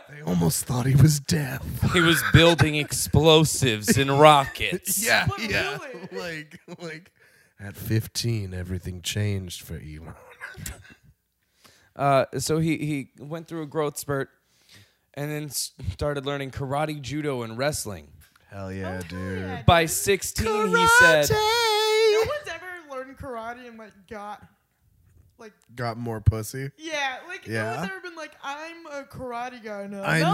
they almost thought he was deaf.
He
<laughs>
was building explosives and rockets.
Yeah,
But
yeah. <laughs>
really?
Like like at 15, everything changed for Elon.
Uh, so he, he went through a growth spurt and then s- started learning karate, judo, and wrestling.
Hell
Oh,
<laughs> yeah, dude.
Yeah,
By
dude.
16, he said.
no one's ever learned karate and like got like
Got more pussy.
yeah, like no
Yeah.
one's ever been like I'm a karate guy now.
I
now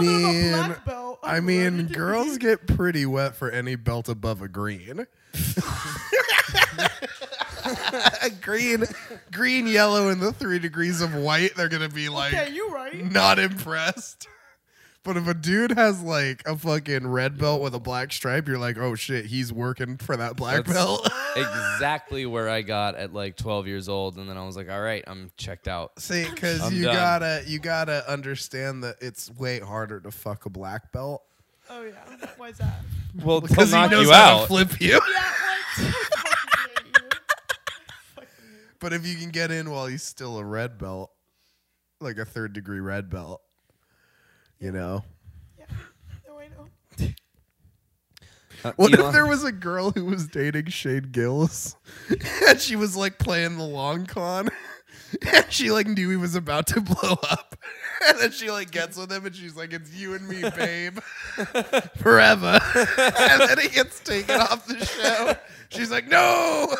that I'm a
mean-
black belt.
I
I'm
mean,
learning to
girls
be-
get pretty wet for any belt above <laughs> a green. green, green, yellow, and the three degrees of white. They're gonna be like
okay, you right.
<laughs> not impressed. But if a dude has like a fucking red belt with a black stripe, you're like, oh shit, he's working for that black
That's- <laughs>
belt.
exactly where I got at like 12 years old, and then I was like, all right, I'm checked
<laughs>
out.
See, because
I'm
you
done.
gotta you gotta understand that it's way harder to fuck a black belt
Oh yeah. Why is that?
Well,
because
they'll
he
knock
knows
you
how
out.
to flip you.
Yeah, like fucking hate you. Fucking hate
But if you can get in while he's still a red belt, like a third degree red belt, you know.
you. Yeah. No, I know.
Uh,
What
Elon-
if there was a girl who was dating Shane Gillis <laughs> and she was like playing the long con <laughs> and she like knew he was about to blow up <laughs> and then she like gets with him and she's like, It's
<laughs>
you and me, babe, <laughs> forever. <laughs> and then he gets taken off the show. She's like, No.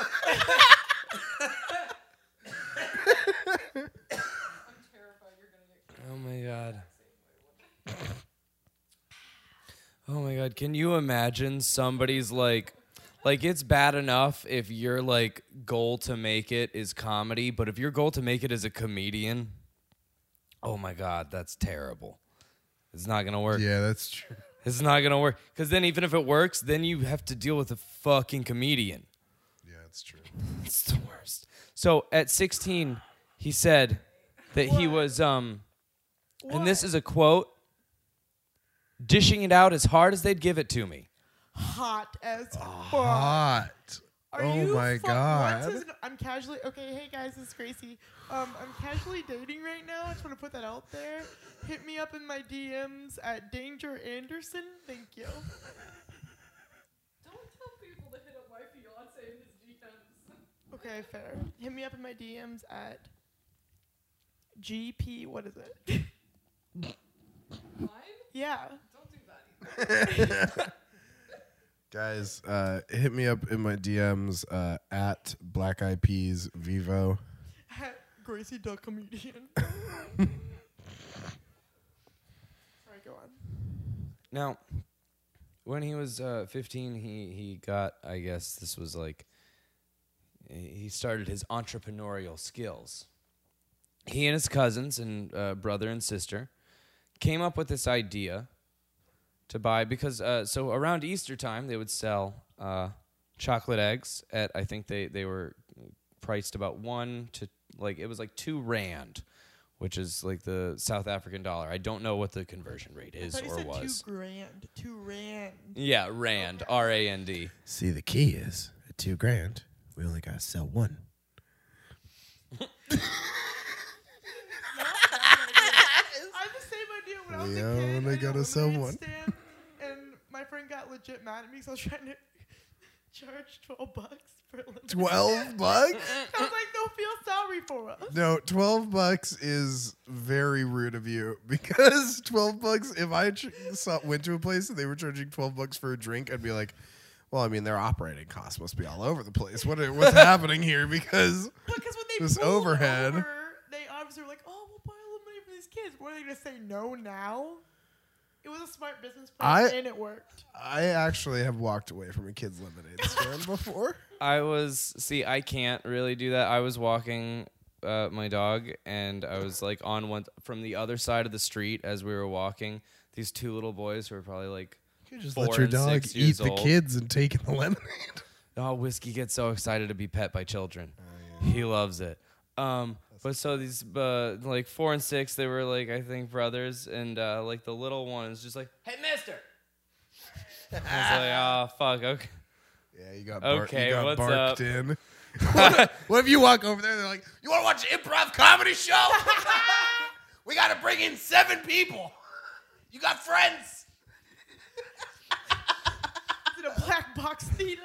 Oh my god. <laughs> Oh my god, can you imagine somebody's like like it's bad enough if your like goal to make it is comedy, but if your goal to make it is a comedian, oh my god, that's terrible. It's not going to work.
Yeah, that's true.
It's not going to work cuz then even if it works, then you have to deal with a fucking comedian.
Yeah, that's true.
It's the worst. So at 16, he said that he was um and this
What?
is a quote dishing it out as hard as they'd give it to me.
hot as fuck.
Ah, Hot.
Are
oh
you
my
fuck-
God.
What is, I'm casually okay. Hey guys, it's Gracie. Um, I'm casually dating right now. I just want to put that out there. Hit me up in my DMs at Danger Anderson. Thank you.
Don't tell people to hit up my fiance in his DMs.
Okay, fair. Hit me up in my DMs at GP. What is it?
Mine?
yeah.
Don't do that either.
Guys, uh, hit me up in my DMs uh, at Black Eyed Peas Vivo.
At <laughs> Gracie the <laughs> comedian. Sorry, go on.
Now, when he was uh, 15, he, he got, I guess this was like, he he started his entrepreneurial skills. He and his cousins and uh, brother and sister came up with this idea to buy because uh, so around Easter time they would sell uh, chocolate eggs at I think they they were priced about one to like it was like two rand, which is like the South African dollar. I don't know what the conversion rate is
I thought you
or
said
was.
two grand. Two rand.
Yeah, Rand, R A N D.
See, the key is at two grand, we only got to sell one.
I have the same idea when I was
We
a kid.
only
I got
gotta
a
sell
lemonade
one.
Stand, and my friend got legit mad at me because I was trying to <laughs> charge 12 bucks for a lemonade.
12 bucks?
I was like, they'll feel sorry for us.
No, 12 bucks is very rude of you <laughs> because 12 bucks, if I tr- saw, went to a place and they were charging 12 bucks for a drink, I'd be like, well, I mean, their operating costs must be all over the place. What are, <laughs> what's happening here? Because
<laughs> Because when they
This
pulled
overhead.
over, they obviously were like, oh, we'll buy a lemonade for these kids. What are they going to say no now? It was a smart business plan,
I-
and it worked.
I actually have walked away from a kid's lemonade stand before.
I was see, I can't really do that. I was walking uh, my dog, and I was like on one from the other side of the street as we were walking. These two little boys who were probably like,
You just
Four
let your
and
dog
six
eat
years
the
old.
kids and take the <laughs> lemonade.
"Oh, whiskey gets so excited to be pet by children. He loves it." Um, but so these uh, like four and six, they were like I think brothers, and uh, like the little one is just like, "Hey, Mister." I was like, "Oh fuck, okay."
Yeah, you got
bar- you Okay, got what's barked up? <laughs>
in. what if you walk over there? They're like, "You want to watch an improv comedy show? <laughs> we got to bring in seven people. You got friends.
Is it a black box theater?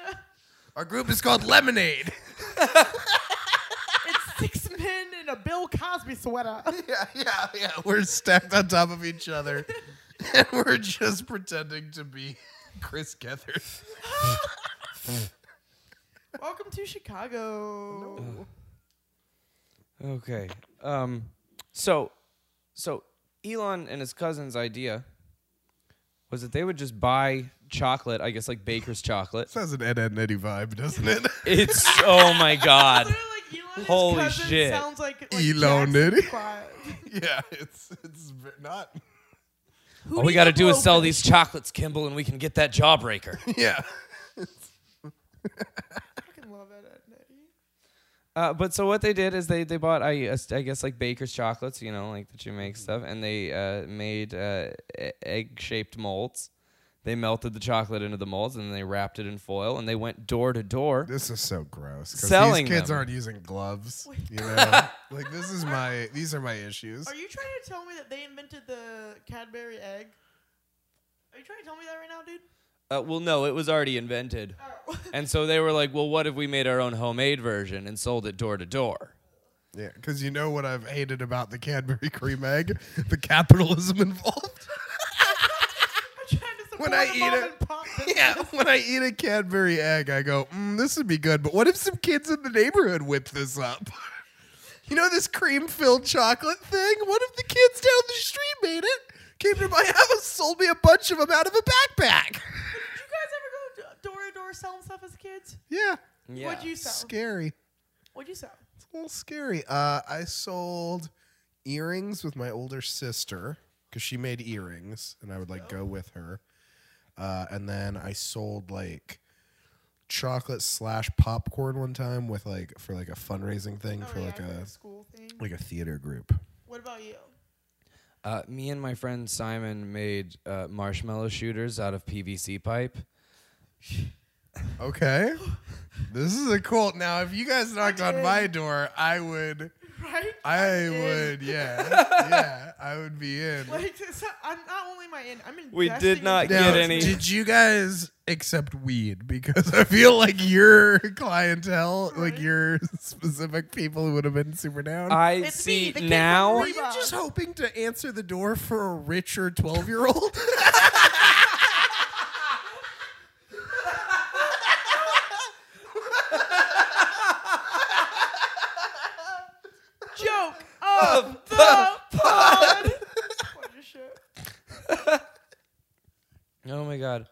Our group is called Lemonade." <laughs>
It's six men in a Bill Cosby sweater.
yeah, yeah, yeah. We're stacked on top of each other, <laughs> and we're just pretending to be <laughs> Chris Gethard.
Welcome to Chicago.
Okay. Um, so, so Elon and his cousin's idea was that they would just buy chocolate, I guess like
<laughs>
baker's chocolate.
Sounds an Ed, Ed and Eddie vibe, doesn't it?
It's oh my god.
Literally, like, Elon's
Holy
cousin
shit.
Sounds like, like Jackson
Elon, did he?
vibe.
<laughs> yeah, it's it's v- not.
<laughs> Who
All we
you
got to do is
blow
sell
with?
these chocolates, Kimball, and we can get
<laughs>
that jawbreaker.
<laughs> Yeah,
I <laughs> fucking love it. Ed and Eddie.
Uh, but so what they did is they they bought I guess- I guess like baker's chocolates, you know, like that you
Mm-hmm.
make stuff, and they uh, made uh, egg shaped molds. They melted the chocolate into the molds and they wrapped it in foil and they went door to door.
this is so gross. 'cause
Selling
these kids
them.
aren't using gloves.
<laughs>
You know, like this is my these are my issues.
Are you trying to tell me that they invented the Cadbury egg? Are you trying to tell me that right now, dude? <laughs>
Uh, well, no, it was already invented,
Oh.
and so they were like, "Well, what if we made our own homemade version and sold it door to door?"
Yeah, because you know what I've hated about the Cadbury <laughs> cream egg, the capitalism <laughs> involved.
I'm trying to support
When I
a
eat
mom
it-
and pop business.
<laughs> Yeah, when I eat a Cadbury egg, I go, mm, this would be good. But what if some kids in the neighborhood whip this up? <laughs> You know this cream-filled chocolate thing? What if the kids down the street made it? Came to my <laughs> house, sold me a bunch of them out of a backpack. <laughs>
Did you guys ever go door to door selling stuff as kids?
Yeah,
What'd you sell?
scary.
What'd you sell?
It's a little scary. Uh, I sold earrings with my older sister because she made earrings, and I would like go with her. Uh, and then I sold like chocolate slash popcorn one time with like for like a fundraising thing
Oh,
for
yeah,
like
I did
a
school thing.
like a theater group.
What about you? <laughs>
Uh, me and my friend Simon made uh, marshmallow shooters out of PVC pipe.
<laughs> Okay, this is a cult. Now, if you guys knocked on
did.
my door, I would,
Right?
I
I'm in. <laughs>
would, yeah, yeah, I would
<laughs>
be in.
Like, it's not- I'm not only am I in, I'm in.
We did not
Now,
get any-
Did you guys accept weed? Because I feel like your clientele, like
Right.
your specific people, would have been super down.
I
It's me,
see
the kid from
now.
Were you
Reba.
just hoping to answer the door for a richer twelve-year-old?
<laughs> Joke of the pod. What a shit.
Oh my god.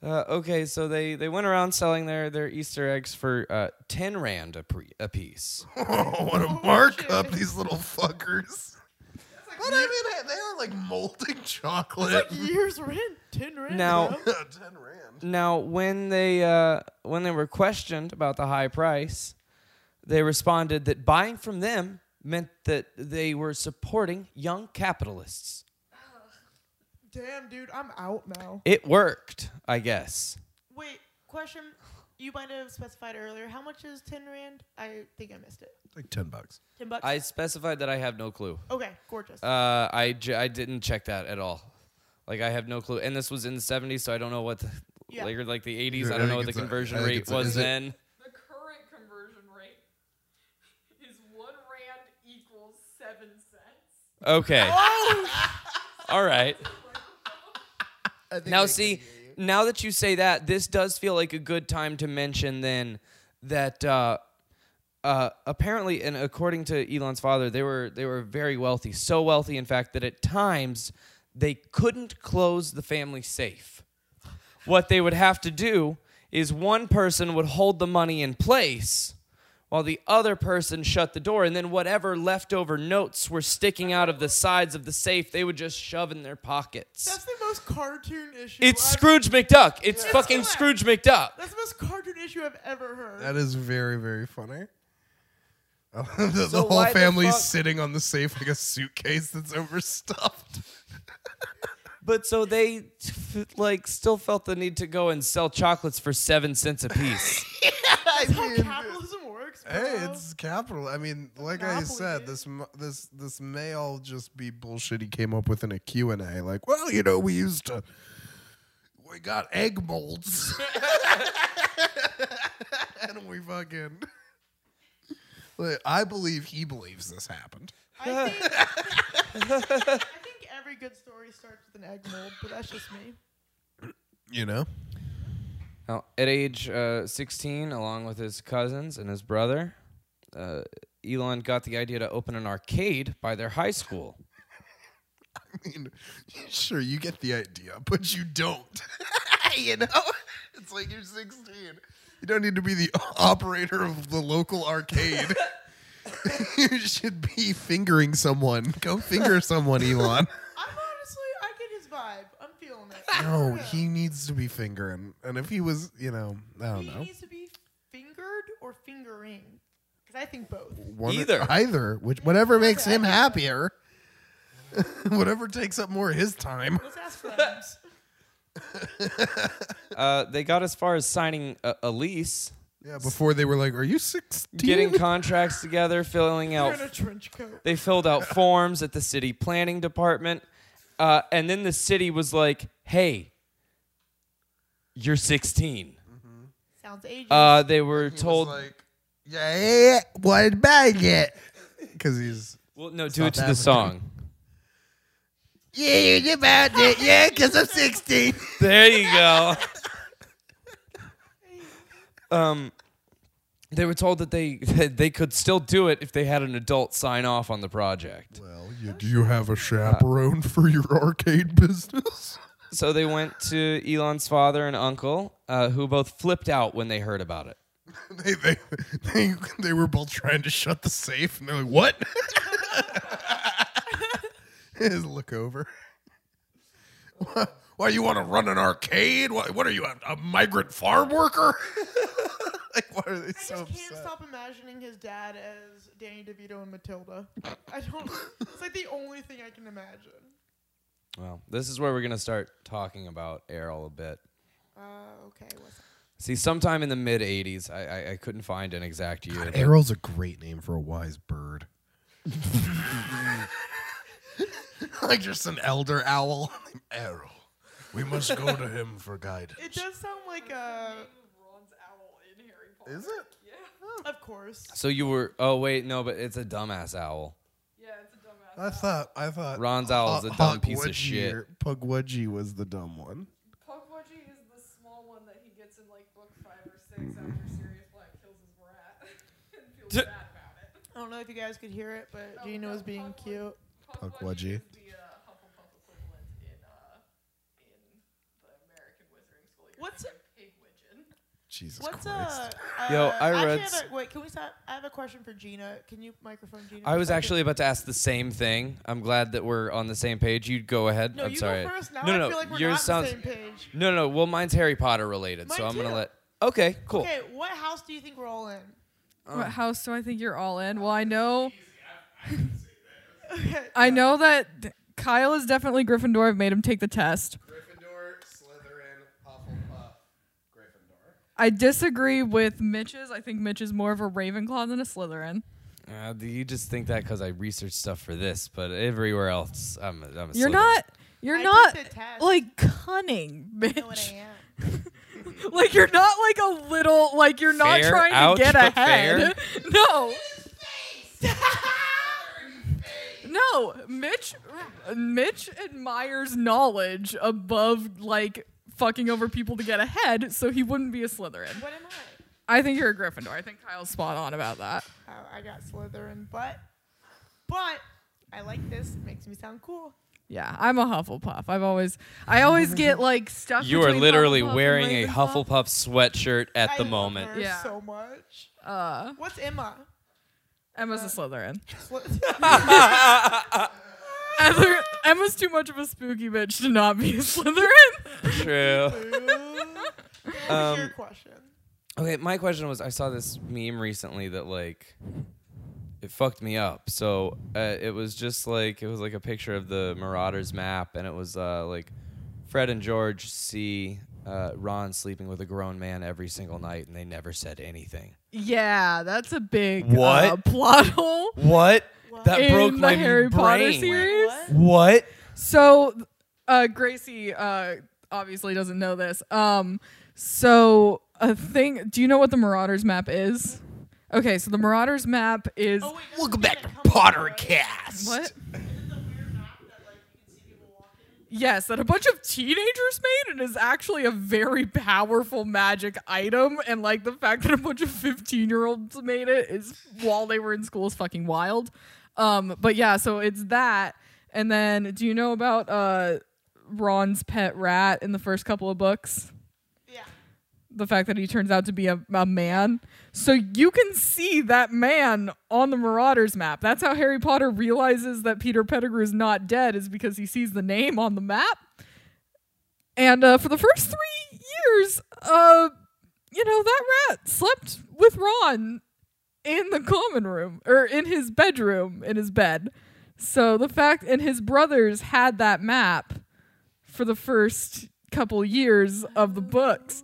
Uh, okay, so they, they went around selling their, their Easter eggs for uh, ten rand a, pre- a piece.
<laughs> oh, what a
Oh,
markup!
shit.
These little fuckers. But I mean, they are like molding <laughs> chocolate.
Like years rent, ten rent.
Now-
bro.
Ten rand.
Now, when they uh, when they were questioned about the high price, they responded that buying from them meant that they were supporting young capitalists.
damn, dude, I'm out now.
It worked, I guess.
Wait, question. You might have specified earlier. How much is ten rand? I think I missed it.
Like ten bucks.
Ten bucks.
I specified that I have no clue.
okay, gorgeous.
Uh, I, j- I didn't check that at all. Like I have no clue. And this was in the 70s, so I don't know what the
Yeah.
like, or like the 80s.
Yeah,
I don't
I think
know what the
it's a- I
conversion
think
rate
it's a-
was
is it-
then.
The current conversion rate is one rand equals seven cents.
Okay. all right. Now see, now that you say that, this does feel like a good time to mention then that uh, uh, apparently, and according to Elon's father, they were they were very wealthy, so wealthy in fact that at times they couldn't close the family safe. What they would have to do is one person would hold the money in place while the other person shut the door and then whatever leftover notes were sticking out of the sides of the safe they would just shove in their pockets.
That's the most cartoon issue.
It's
I've-
Scrooge McDuck. It's fucking
correct.
Scrooge McDuck.
That's the most cartoon issue I've ever heard.
That is very, very funny. <laughs> the, the
So
whole
why the
family's
fuck-
sitting on the safe like a suitcase that's overstuffed.
But so they like still felt the need to go and sell chocolates for seven cents a piece.
That's how
mean,
capitalism works. Bro.
Hey, it's capital. I mean, like I
Monopoly,
said,
dude.
this m- this this may all just be bullshit he came up with in a Q and A. Like, well, you know, we used to, we got egg molds, <laughs> and we fucking. <laughs> Like, I believe he believes this happened.
I think, I
<laughs>
think every good story starts with an egg mold, but that's just me.
You know,
Now, at age uh, 16, along with his cousins and his brother, uh, Elon got the idea to open an arcade by their high school.
I mean, sure, you get the idea, but you don't. <laughs> you know? It's like you're 16. You don't need to be the <laughs> operator of the local arcade. <laughs> you should be fingering someone. Go finger someone, Elon.
I'm honestly, I get his vibe. I'm feeling it.
No,
Yeah.
he needs to be fingering. And if he was, you know, I don't
He
know.
needs to be fingered or fingering. Because I think both.
One,
Either.
Either. Which, whatever makes him happier. <laughs> whatever takes up more of his time.
Let's <laughs> ask friends.
Uh, they got as far as signing a, a lease,
Yeah, before they were like, are you 16?
getting contracts together, filling
You're
out
in a trench coat.
They filled
<laughs>
out forms at the city planning department. Uh, and then the city was like, hey, you're 16.
Sounds ageist.
Uh, they were
He was
told,
like, yeah, yeah, yeah, what bag it? <laughs> Because he's
well, no, do
South
it to the
African.
song.
yeah, yeah, you bad it, yeah, because I'm 16.
There you
<laughs>
go. um, they were told that they <laughs> that they could still do it if they had an adult sign off on the project.
Well, you, do you have a chaperone for your arcade business? <laughs>
So they went to Elon's father and uncle, uh, who both flipped out when they heard about it.
they, they, they, they were both trying to shut the safe, and they're like, what? <laughs> His look over. Why, why you want to run an arcade? Why, what are you, a, a migrant farm worker? <laughs> like, why are they
I
so
just
upset?
can't stop imagining his dad as Danny DeVito and Matilda. I <laughs> don't. It's like the only thing I can imagine.
Well, this is where we're going to start talking about Errol a bit.
Uh, okay, what's up?
See, sometime in the mid '80s, I, I, I couldn't find an exact year. but-
Errol's a great name for a wise bird. like just an elder owl. Errol. We must go to him for guidance.
It does sound like uh,
Name of Ron's owl in Harry Potter.
Is it?
Yeah.
of course.
so you were? Oh wait, no, but it's a dumbass owl.
Yeah, it's a dumbass.
I thought I thought
Ron's owl is a
Hawk-
dumb piece of
Hawkwudgie
shit.
or Pugwudgie was the dumb one.
Pugwudgie is the small one that he gets in like book five or six after Sirius Black kills his rat <laughs> and feels
T-
bad about it.
I don't know if you guys could hear it, but
Oh,
Gino
no,
is being
Pugwudgie.
cute.
Pugwudgie is the uh, Hufflepuff equivalent in uh, in the American Wizarding School. You're
What's
thinking Pigwidgeon.
Jesus
What's
Christ.
uh,
Yo,
uh,
I read
actually
s-
have a- wait, can we stop? I have a question for Gina. Can you microphone Gina?
I
for a
was
second?
actually about to ask the same thing. I'm glad that we're on the same page. You go ahead.
No,
I'm
you
sorry.
go first. Now
no, no,
I feel like we're
yours
not on
sounds.
the same page.
No, no. Well, mine's Harry Potter related, so
Mine
I'm gonna
too.
let. Okay, cool.
Okay, what house do you think we're all in?
Um,
What house do I think you're all in? Well, I know,
Okay.
<laughs> I know that d- Kyle is definitely Gryffindor. I've made him take the test.
Gryffindor, Slytherin, Hufflepuff, Gryffindor.
I disagree with Mitch's. I think Mitch is more of a Ravenclaw than a Slytherin.
Uh, do you just think that because I researched stuff for this, but everywhere else, I'm. a- I'm a
You're
Slytherin.
not. You're
I
not
took the test.
like cunning,
I know what
Mitch.
I am.
<laughs> Like you're not like a little. Like you're not
Fair,
trying
ouch,
to get
but
ahead. <laughs> No. no, Mitch. Mitch admires knowledge above like fucking over people to get ahead, so he wouldn't be a Slytherin.
What am I?
I think you're a Gryffindor. I think Kyle's spot on about that.
Oh, I got Slytherin, but but I like this. Makes me sound cool.
Yeah, I'm a Hufflepuff. I've always, I always get like stuff.
You are literally wearing a
Hufflepuff. and Ravenclaw.
Hufflepuff sweatshirt at
I
the
love
moment.
her
Yeah.
So much.
Uh,
What's Emma?
Emma's a Slytherin.
Sly- <laughs>
Either- Emma's too much of a spooky bitch to not be a Slytherin.
True.
<laughs> Ooh.
Um,
your question.
Okay, my question was I saw this meme recently that like it fucked me up. So uh, it was just like it was like a picture of the Marauders map, and it was uh, like Fred and George see uh, Ron sleeping with a grown man every single night, and they never said anything.
yeah, that's a big
What?
uh, plot hole
What?
What?
That
in
broke
the
my
Harry Potter
brain.
series.
What?
What?
So, uh, Gracie uh, obviously doesn't know this. Um, so a thing. Do you know what the Marauders map is? Okay, so the Marauders map is
Oh, wait, that's
Welcome
the
back
thing
to
that comes
Potter
with it.
Cast.
what?
It's a weird map that, like, you can see people walking.
Yes, that a bunch of teenagers made and is actually a very powerful magic item. And like the fact that a bunch of 15 year olds made it is while they were in school is fucking wild. Um, but yeah, so it's that. And then, do you know about uh, Ron's pet rat in the first couple of books?
Yeah.
The fact that he turns out to be a, a man. So you can see that man on the Marauders map. That's how Harry Potter realizes that Peter Pettigrew is not dead, is because he sees the name on the map. And uh, for the first three years, uh, you know, that rat slept with Ron in the common room or in his bedroom in his bed. So the fact and his brothers had that map for the first couple years of the books,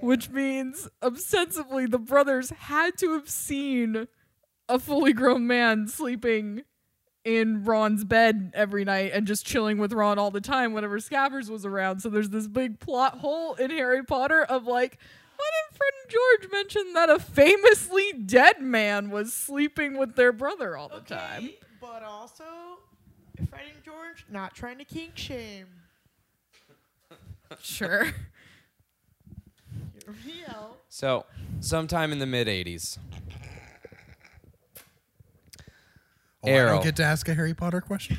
which means ostensibly the brothers had to have seen a fully grown man sleeping in Ron's bed every night and just chilling with Ron all the time whenever Scabbers was around. So there's this big plot hole in Harry Potter of like, why didn't Fred and George mention that a famously dead man was sleeping with their brother all the
<laughs>
time?
But also, Fred and George not trying to kink shame.
Sure.
Hear me out.
So, sometime in the mid 80s.
Oh, I
Errol.
don't get to ask a Harry Potter question.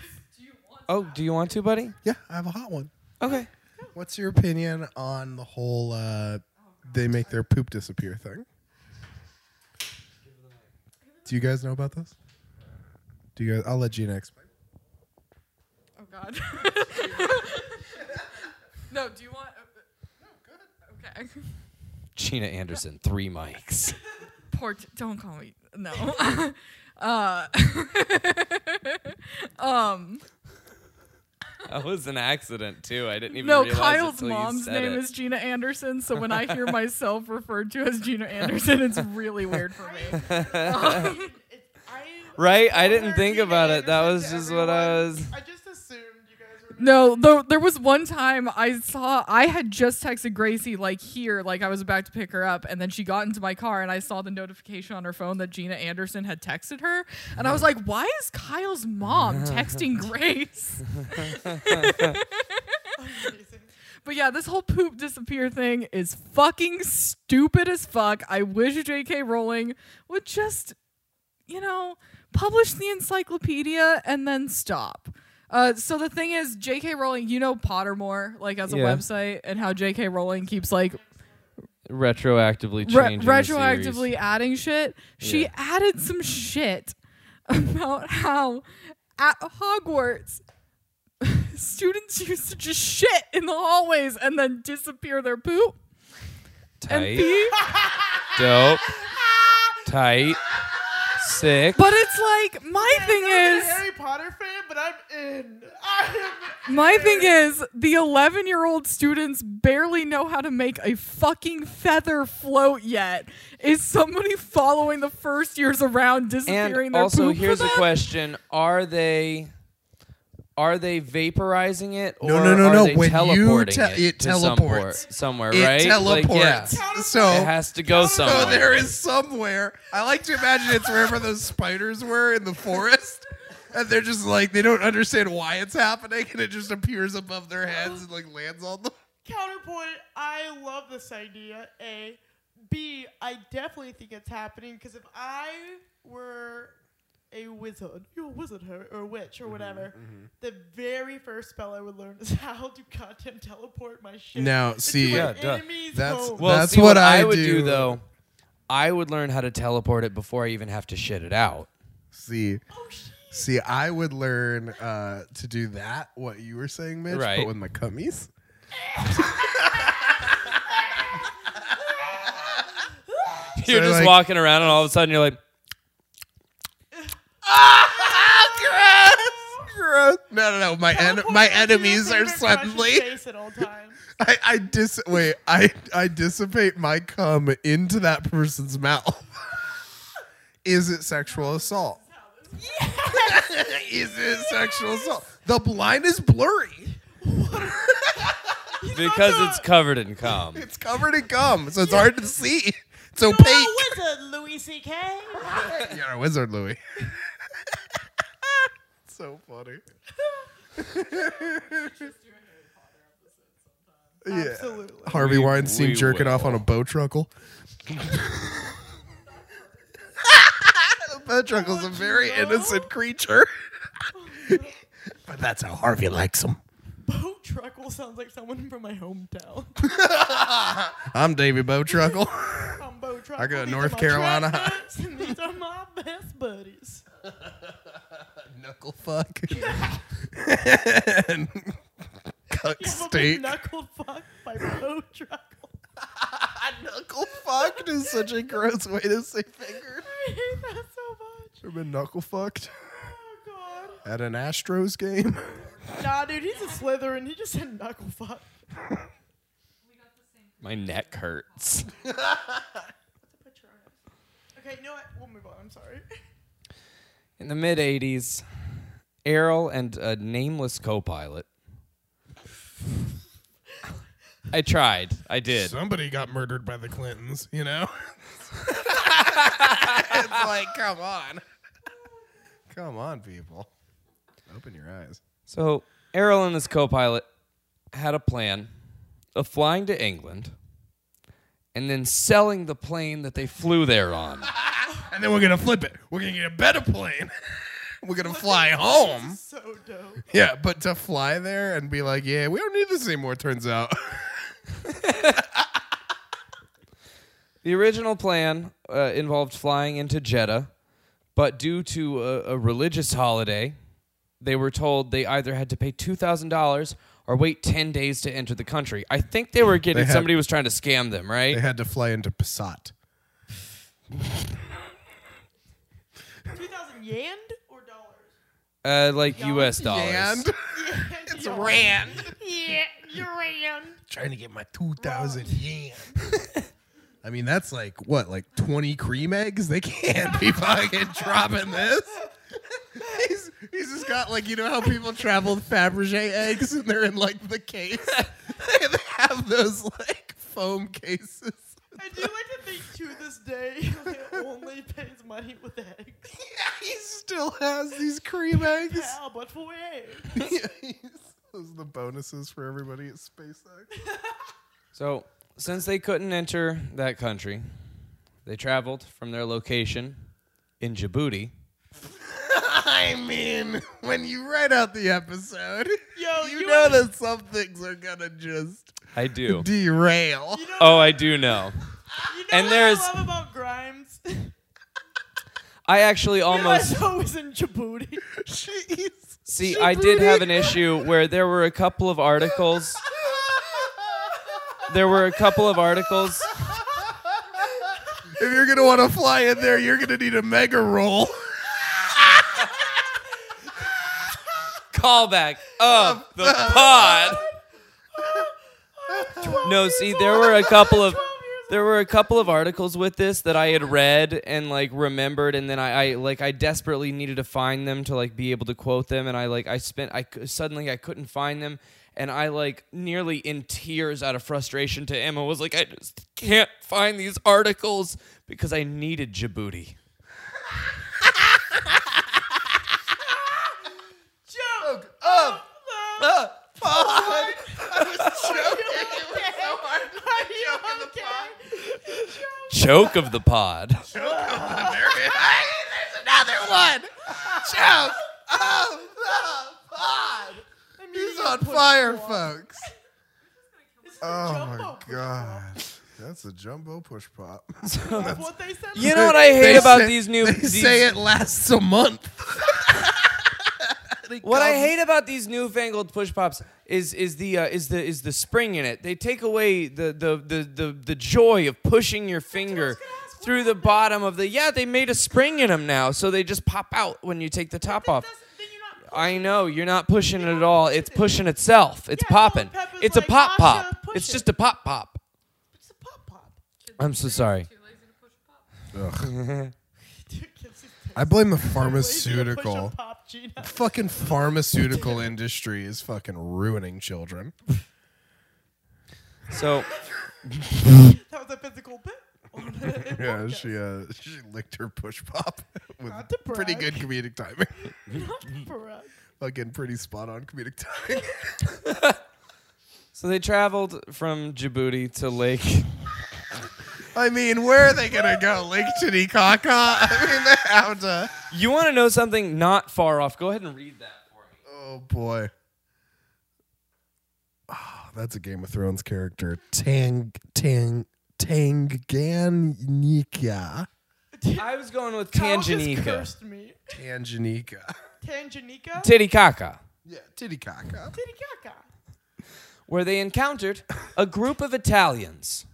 Oh, do you want to, buddy?
Yeah, I have a hot one.
Okay.
What's your opinion on the whole uh, they make their poop disappear thing? Do you guys know about this? Do you guys? I'll let Gina explain.
Oh God. <laughs> no, do you want? No, good. Okay.
Gina Anderson, three mics. <laughs>
Port. Don't call me. No. uh, <laughs> um.
That was an accident, too. I didn't even
No,
realize it
Kyle's
till you
mom's
said
name
it.
is Gina Anderson, so when I
<laughs>
hear myself referred to as Gina Anderson, it's really weird for
<laughs>
me.
It, I
Right? I didn't
Or
think
Gina
about it. That was
Anderson to
just what I
everyone.
was.
I just assumed you guys were.
No, though there was one time I saw I had just texted Gracie like here, like I was about to pick her up, and then she got into my car and I saw the notification on her phone that Gina Anderson had texted her, and I was like, why is Kyle's mom texting Grace?
Amazing.
But yeah, this whole poop disappear thing is fucking stupid as fuck. I wish J.K. Rowling would just, you know, publish the encyclopedia and then stop. Uh, so the thing is, J.K. Rowling, you know Pottermore, like as a
Yeah.
website, and how J.K. Rowling keeps like
Retroactively
re-
changing. the series.
retroactively adding shit. She
Yeah.
added some shit <laughs> about how at Hogwarts <laughs> students used to just shit in the hallways and then disappear their poop and
Tight. <laughs>
pee.
Dope.
<laughs>
Tight. Sick.
But it's like my thing
I'm
is
a Harry Potter fan, but I'm in. <laughs> I am.
My thing is, the 11 year old students barely know how to make a fucking feather float yet. Is somebody following the first years around disappearing
and
their
also
poop for
here's a
them?
question are they are they vaporizing it or
No, no, no,
are
no.
they
When you
teleporting
te-
it,
it
to some
teleports.
port- somewhere
it
right Like,
teleports.
yeah,
So
it has to go
So
somewhere
there is somewhere. I like to imagine it's wherever those spiders were in the forest. And they're just like they don't understand why it's happening, and it just appears above their heads and like lands on them.
Counterpoint. I love this idea. A. B. I definitely think it's happening because if I were a wizard, you're a wizard Harry, or a witch
Mm-hmm,
or whatever, the very first spell I would learn is <laughs> how to goddamn teleport my shit.
Now,
into
see,
my
Yeah, duh.
enemy's
That's-
home.
well
That's
see, what,
what I
I would do.
do.
though I would learn how to teleport it before I even have to shit it
<laughs>
out
See,
oh shit.
see, I would learn uh, to do that. What you were saying, Mitch,
Right.
but with my cummies.
you're just
like-
walking around and all of a sudden you're like
Ah, Gross. No, no, no. My en-
Teleport
my
into your
enemies are
favorite crush's
suddenly.
face at all
<laughs>
times.
I, I dis wait, I I dissipate my cum into that person's mouth. <laughs> Is it sexual assault? <laughs> Is it sexual assault? The blind is blurry.
because
not
it's covered in cum
It's covered in gum, so it's hard to see. It's opaque.
wizard, Louis C.K.
You're a wizard, Louis. <laughs> so funny. yeah.
Absolutely.
Harvey
We-
Weinstein
we
jerking off on
will.
a bow truckle. a bow truckle's a very innocent creature. But that's how Harvey likes them.
Boat Truckle sounds like someone from my hometown.
I'm Davy Bo Truckle. <laughs>
I'm Bo Truckle.
go to
These are
North
my
Carolina.
trackmates, and These are my best
<laughs>
buddies.
Knuckle <laughs> fuck. and cuck
I'm a
state.
Knuckle fuck by Bo Truckle.
Knuckle fucked is such a gross way to say
I
finger.
hate that so much.
I've been knuckle fucked
Oh
at an Astros game.
god. Nah, dude, he's a Slytherin. He just said knuckle fuck.
We got the same.
My neck hurts.
Okay, you know what? We'll move on. I'm sorry. <laughs>
In the mid 80s, Errol and a nameless co pilot. I tried. I did.
Somebody got murdered by the Clintons, you know? it's like, come on. Come on, people. Open your eyes.
So Errol and his co-pilot had a plan of flying to England and then selling the plane that they flew there on.
And then we're going to flip it. We're going to get a better plane. we're going to fly home.
So dope.
Yeah, but to fly there and be like, yeah, we don't need this anymore, turns out.
The original plan uh, involved flying into Jeddah, but due to a, a religious holiday, they were told they either had to pay two thousand dollars or wait ten days to enter the country. I think they were getting
had-
somebody was trying to scam them, right?
they had to fly into Passat.
2,000 yand or dollars?
uh, like U.S. dollars.
And
it's rand. Yeah, you rand.
trying to get my 2,000 yen. I mean, that's like, what, like 20 cream eggs? They can't be fucking dropping this. He's, he's just got like, you know how people travel with Fabergé eggs and they're in like the case? they have those like foam cases.
I do like to think to this day <laughs> I only pays money with eggs.
Yeah, he still has these cream eggs.
How but for eggs?
<laughs> Those are the bonuses for everybody at SpaceX.
So, since they couldn't enter that country, they traveled from their location in Djibouti.
<laughs> I mean, when you write out the episode,
Yo,
you,
you
know
under-
that some things are gonna just
I
<laughs>
do.
<laughs>
derail.
You know,
Oh, I do know.
you know
and
what
there's-
I love about Grimes?
I actually
Almost.
almost
<laughs> He was in Djibouti.
Jeez.
see. I did have an issue where there were a couple of articles. There were a couple of articles.
If you're gonna want to fly in there, you're gonna need a mega roll. <laughs>
Callback of
<laughs>
the pod. No, see, there were a couple of there were a couple of articles with this that I had read and like remembered, and then I, I like I desperately needed to find them to like be able to quote them, and I like I spent I cou- suddenly I couldn't find them, and I like nearly in tears out of frustration to Emma was like I just can't find these articles because I needed Djibouti.
Joke.
Oh,
Oh,
oh, I was joking. It was so hard to
Are you
joke in the
okay?
pod.
Choke of the pod.
There's another one. Joke. Oh, the pod.
I'm
He's
eating a
on
pussy
fire,
wall. <laughs>
folks.
This is a
Oh my
jumbo push
god. That's a jumbo push
<laughs>
pop.
pop.
Oh,
That's what they said.
You know what I hate
They
about
say-
these new
They
these-
say it lasts a month. <laughs> And it
What I
comes-
hate about these newfangled push pops is is the uh, is the is the spring in it. They take away the the the the, the joy of pushing your finger through the bottom of the. Yeah, they made a spring in them now, so they just pop out when you take the top off.
That's- then you're not
I know you're not pushing it at all. It's pushing itself. It's
Yeah, Salt and
popping.
Pepper's
It's a
like,
pop
"Masha,
pop.
push
It's
it."
just a pop pop.
It's a pop pop. <laughs>
I'm so sorry.
Too lazy to push a pop.
Dude, kids these days
I blame
are
the
lazy to push a
pharmaceutical.
Pop, Gina.
Fucking pharmaceutical industry is fucking ruining children.
So
That was a physical bit. <laughs> on
<laughs>
the
Yeah,
podcast.
she uh she licked her push pop <laughs> with
Not to brag.
pretty good comedic timing. <laughs>
Not Barack.
Fucking pretty spot on comedic timing. <laughs>
so they traveled from Djibouti to Lake.
I mean, where are they gonna go? Lake Titicaca? <laughs> I mean, they have to.
You want to know something not far off? Go ahead and read that for me.
Oh boy. Oh,
Ah,
that's a Game of Thrones character. Tang Tang Tanganyika.
I was going with
Kyle just
Tanganyika.
cursed me.
Tanganyika.
Tanganyika?
Titicaca,
Yeah, Titicaca.
Titicaca.
where they encountered a group of Italians.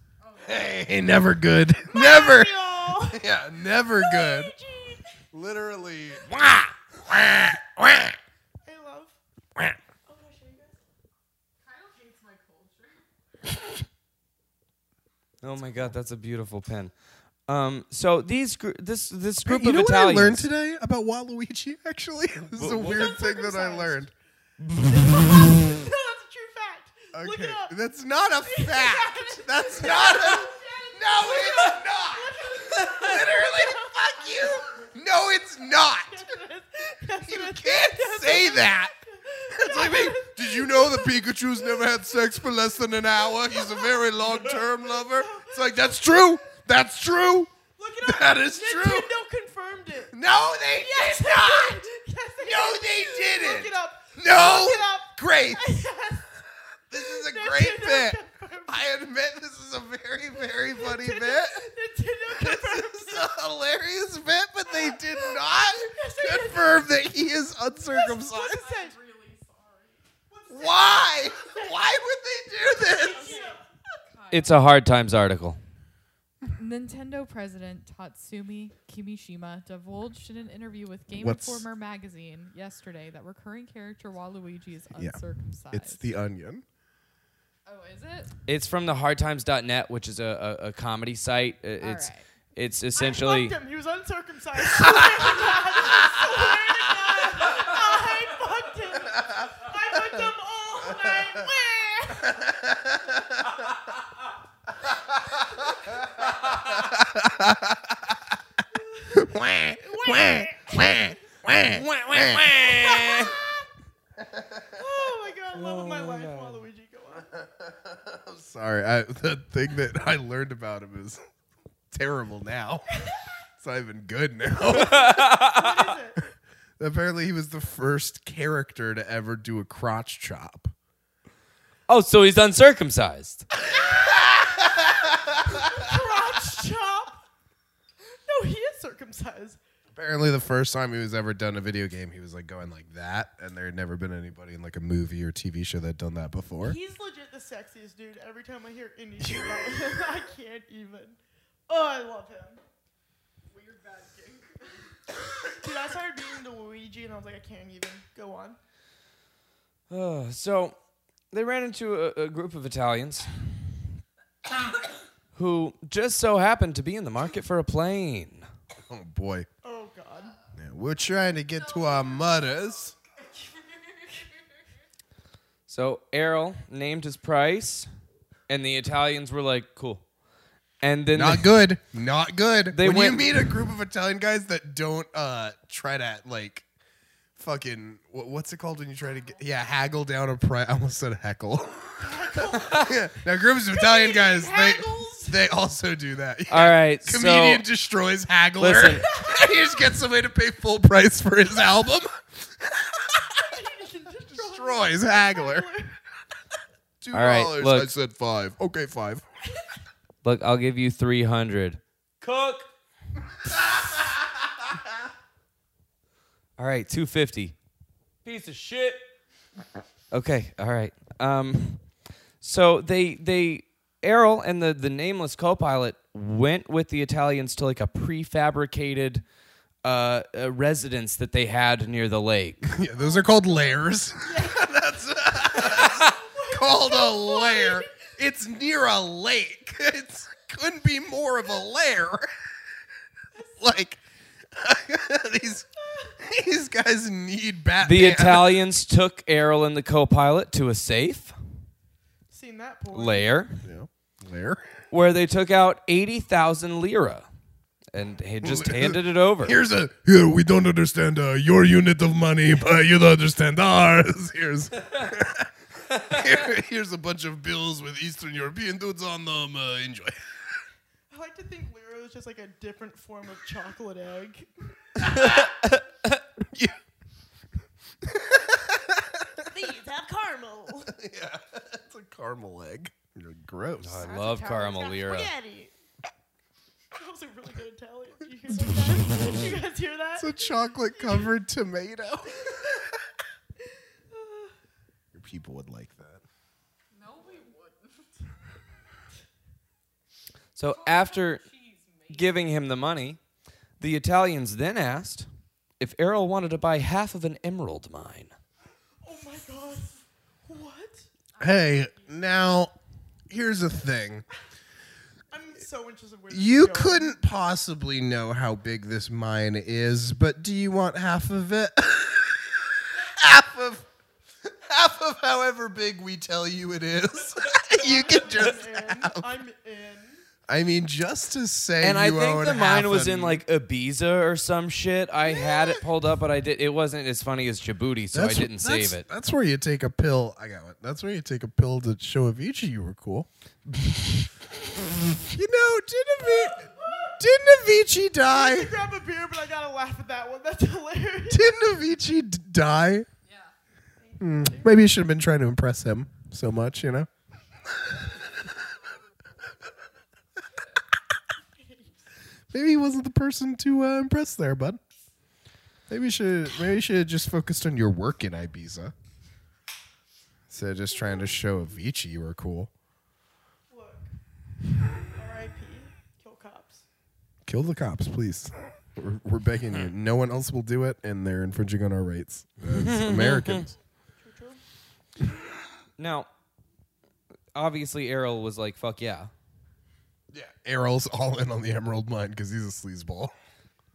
Hey, never good. <laughs> Never. <laughs>
Yo,
Yeah, never good.
Gee,
Literally.
I love. Oh, can I show you guys?
Kyle hates my culture.
Oh my God, that's a beautiful pen. Um, so these gr- this this group
You
of
know what I
Italians.
learned today about Waluigi? Actually, <laughs> this is a weird thing that I
circumcised.
learned.
<laughs> No, that's a true fact. Look
Okay,
it up. <laughs>
that's not a fact. That's not a. No, it's not. <laughs> Literally, fuck you. No, it's not. You can't say that. It's like me. Did you know that Pikachu's never had sex for less than an hour? He's a very long-term lover. It's like that's true. That's true.
Look it up.
That is true.
Nintendo confirmed it.
No, they
Yes,
did
they
not.
did. Yes, they
No,
did.
they
Look it
didn't.
up.
No.
Look it up.
Great.
<laughs> Yes.
This is a
Nintendo
great bit.
confirmed it.
I admit this is a very, very funny
Nintendo-
bit.
Nintendo confirmed
This is a hilarious bit, but they did not
Yes, they did.
confirm that he is
What's
uncircumcised.
it say?
Really sorry.
Why? Why would they do this?
It's a hard times article.
Nintendo president Tatsumi Kimishima divulged in an interview with Game
What's-
Informer magazine yesterday that recurring character Waluigi is
Yeah.
uncircumcised.
onion.
oh, is it?
It's from the hardtimes.net, which is a, a, a comedy site. Uh,
All
It's
right.
it's essentially
I fucked him. He was uncircumcised. <laughs> Swear to God. I fucked him. I fucked him all night. Wah! Oh my God, love of my life, Waluigi. Go on.
I'm sorry. I, <laughs> the thing that I learned about him is terrible
<laughs>
now. It's not even good now.
What is it?
Apparently, he was the first character to ever do a crotch chop.
oh, so he's uncircumcised.
Crotch chop. No, he is circumcised.
Apparently, the first time he was ever done a video game, he was like going like that, and there had never been anybody in like a movie or TV show that had done that before.
He's legit the sexiest dude. Every time I hear any shit about him, <laughs> I can't even. Oh, I love him. Weird bad kink. <laughs> Dude, I started being the Luigi, and I was like, I can't even. Go on.
Uh, so they ran into a, a group of Italians who just so happened to be in the market for a plane.
Oh boy,
Oh <laughs> God.
Yeah, we're trying to get to our mothers.
So Errol named his price, and the Italians were like, "Cool." And then
<laughs> Not good. Not good.
They
when
went-
you meet a group of Italian guys that don't uh try to like fucking wha- what's it called when you try to get yeah haggle down a price. I almost said heckle. <laughs> yeah. Now groups of Italian guys they
Haggles.
they also do that.
<laughs> All right,
<laughs> Comedian
so
destroys haggler.
Listen.
<laughs> he just gets somebody to pay full price for his <laughs> album. destroys haggler. <laughs> Two
All right,
dollars. I
look.
said five. Okay, five.
look, I'll give you three hundred. Cook. all right, two fifty. Piece of shit. Okay, all right. Um, so they they Errol and the the nameless co-pilot went with the Italians to like a prefabricated uh, uh, residence that they had near the lake.
Yeah, those are called <laughs> layers. that's, that's called a lair. It's near a lake. <laughs> It couldn't be more of a lair. <laughs> like <laughs> these these guys need Batman.
The
<laughs>
Italians took Errol and the co-pilot to a safe
<laughs> Seen that porn?
lair
lair.
where they took out eighty thousand lira and he just
<laughs>
handed it over.
Here's a here. We don't understand uh, your unit of money, but you don't understand ours. <laughs> Here's here- here's a bunch of bills with Eastern European dudes on them. Uh, enjoy.
I like to think Lyra is just like a different form of chocolate <laughs> egg.
yeah, it's a caramel egg. Gross.
I love caramel lira.
Spaghetti. That was a really good Italian. Did you, hear that? Did you guys hear that?
It's a chocolate covered tomato. <laughs> Your people would like that.
No, we wouldn't.
So after
Cheese, mate.
giving him the money, the Italians then asked if Errol wanted to buy half of an emerald mine.
Oh my god. What?
Hey, now here's the thing.
I'm so interested in where this
You
is going.
couldn't possibly know how big this mine is, but do you want half of it? <laughs> half of half of however big we tell you it is. <laughs> you can
<laughs>
just
I'm in. I'm in.
I mean just to say
And I
you
think
own
the mine
half
was in
an-
like Ibiza or some shit. I had it pulled up, but I did. It wasn't as funny as Djibouti, so I
That's-
didn't
that's-
save it.
That's where you take a pill. I got it. That's where you take a pill to show Avicii you were cool. <laughs> you know, didn't Avicii, didn't Avicii
I
die?
grab a beer, but I gotta laugh at that one. That's hilarious.
<laughs> Didn't Avicii d- die? Hmm.
Yeah.
Maybe you should have been trying to impress him so much, you know? <laughs> maybe he wasn't the person to uh, impress there, bud. Maybe you should maybe you should have just focused on your work in Ibiza. Instead of just trying to show Avicii you were cool.
Look. R.I.P. Kill cops.
Kill the cops, please. We're, we're begging you. No one else will do it, and they're infringing on our rights as Americans.
True, true.
Now, obviously, Errol was like, "Fuck yeah."
Yeah, Errol's <laughs> all in on the Emerald Mine because he's a sleazeball.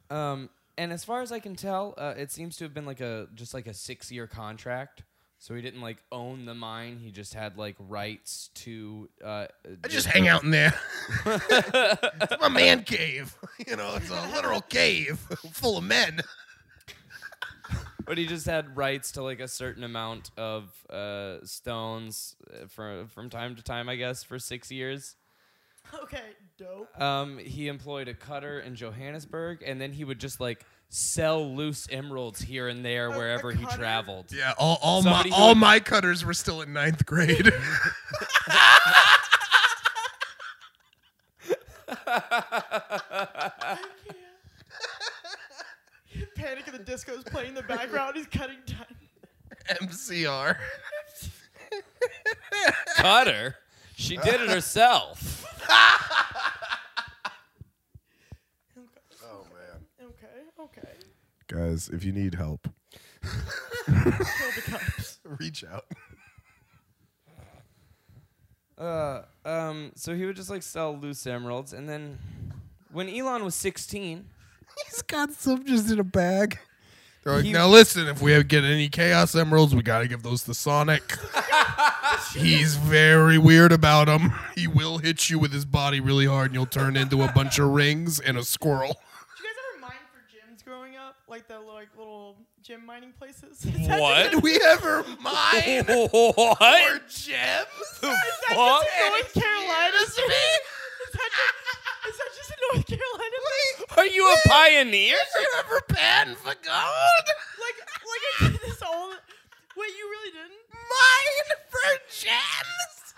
Um, and as far as I can tell, uh, it seems to have been like a just like a six-year contract. So he didn't like own the mine. He just had like rights to. Uh,
I just hang out in there. it's my man cave. <laughs> You know, it's a literal cave <laughs> full of men.
But he just had rights to like a certain amount of uh, stones uh, from from time to time, I guess, for six years.
Okay, dope.
Um, he employed a cutter in Johannesburg, and then he would just like sell loose emeralds here and there
a
wherever he
cutter?
traveled.
Yeah, all, all my
Somebody who-
all my cutters were still in ninth grade. <laughs>
Panic at the Disco is playing in the background. He's cutting time.
MCR.
Cutter, she did it herself.
Oh man,
Okay, okay.
guys, if you need help,
Kill the cops.
reach out.
Uh, um, so he would just like sell loose emeralds, and then when Elon was sixteen,
He's got some just in a bag. They're like,
He-
now listen, if we have get any chaos emeralds, we gotta give those to <laughs> Sonic. He's very weird about them. He will hit you with his body really hard, and you'll turn into a bunch of rings and a <laughs> squirrel.
Did you guys ever mine for gyms growing up? Like the like little gym mining places? <laughs>
What?
Did we ever mine
<laughs> what?
or gems?
The
Is
fuck?
that just a North Carolina thing? Is that just, is that just a North Carolina thing?
Are you a pioneer?
you ever pan for gold?
Like, like I did this all. Wait, you really didn't?
Mine for gems?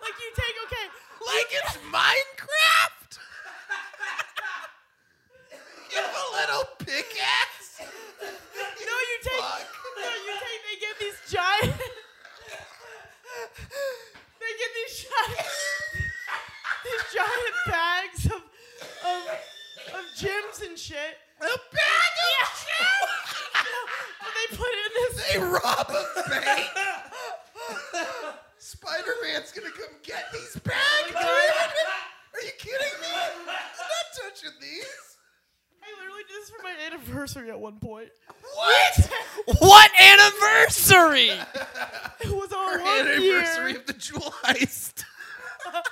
Like you take okay.
Like it's Minecraft? Give a little pickaxe?
No, you take.
Fuck.
No, you take. They get these giant. they get these giant. these giant bags of of of gyms and shit.
A bag of
<laughs> But they put in this.
They rob a <laughs> bank. Spider Man's gonna come get these bags. Are you kidding me? I'm not touching these.
I literally did this for my anniversary at one point.
What?
What anniversary?
It was on
Our
one
anniversary
year.
of the jewel heist. <laughs>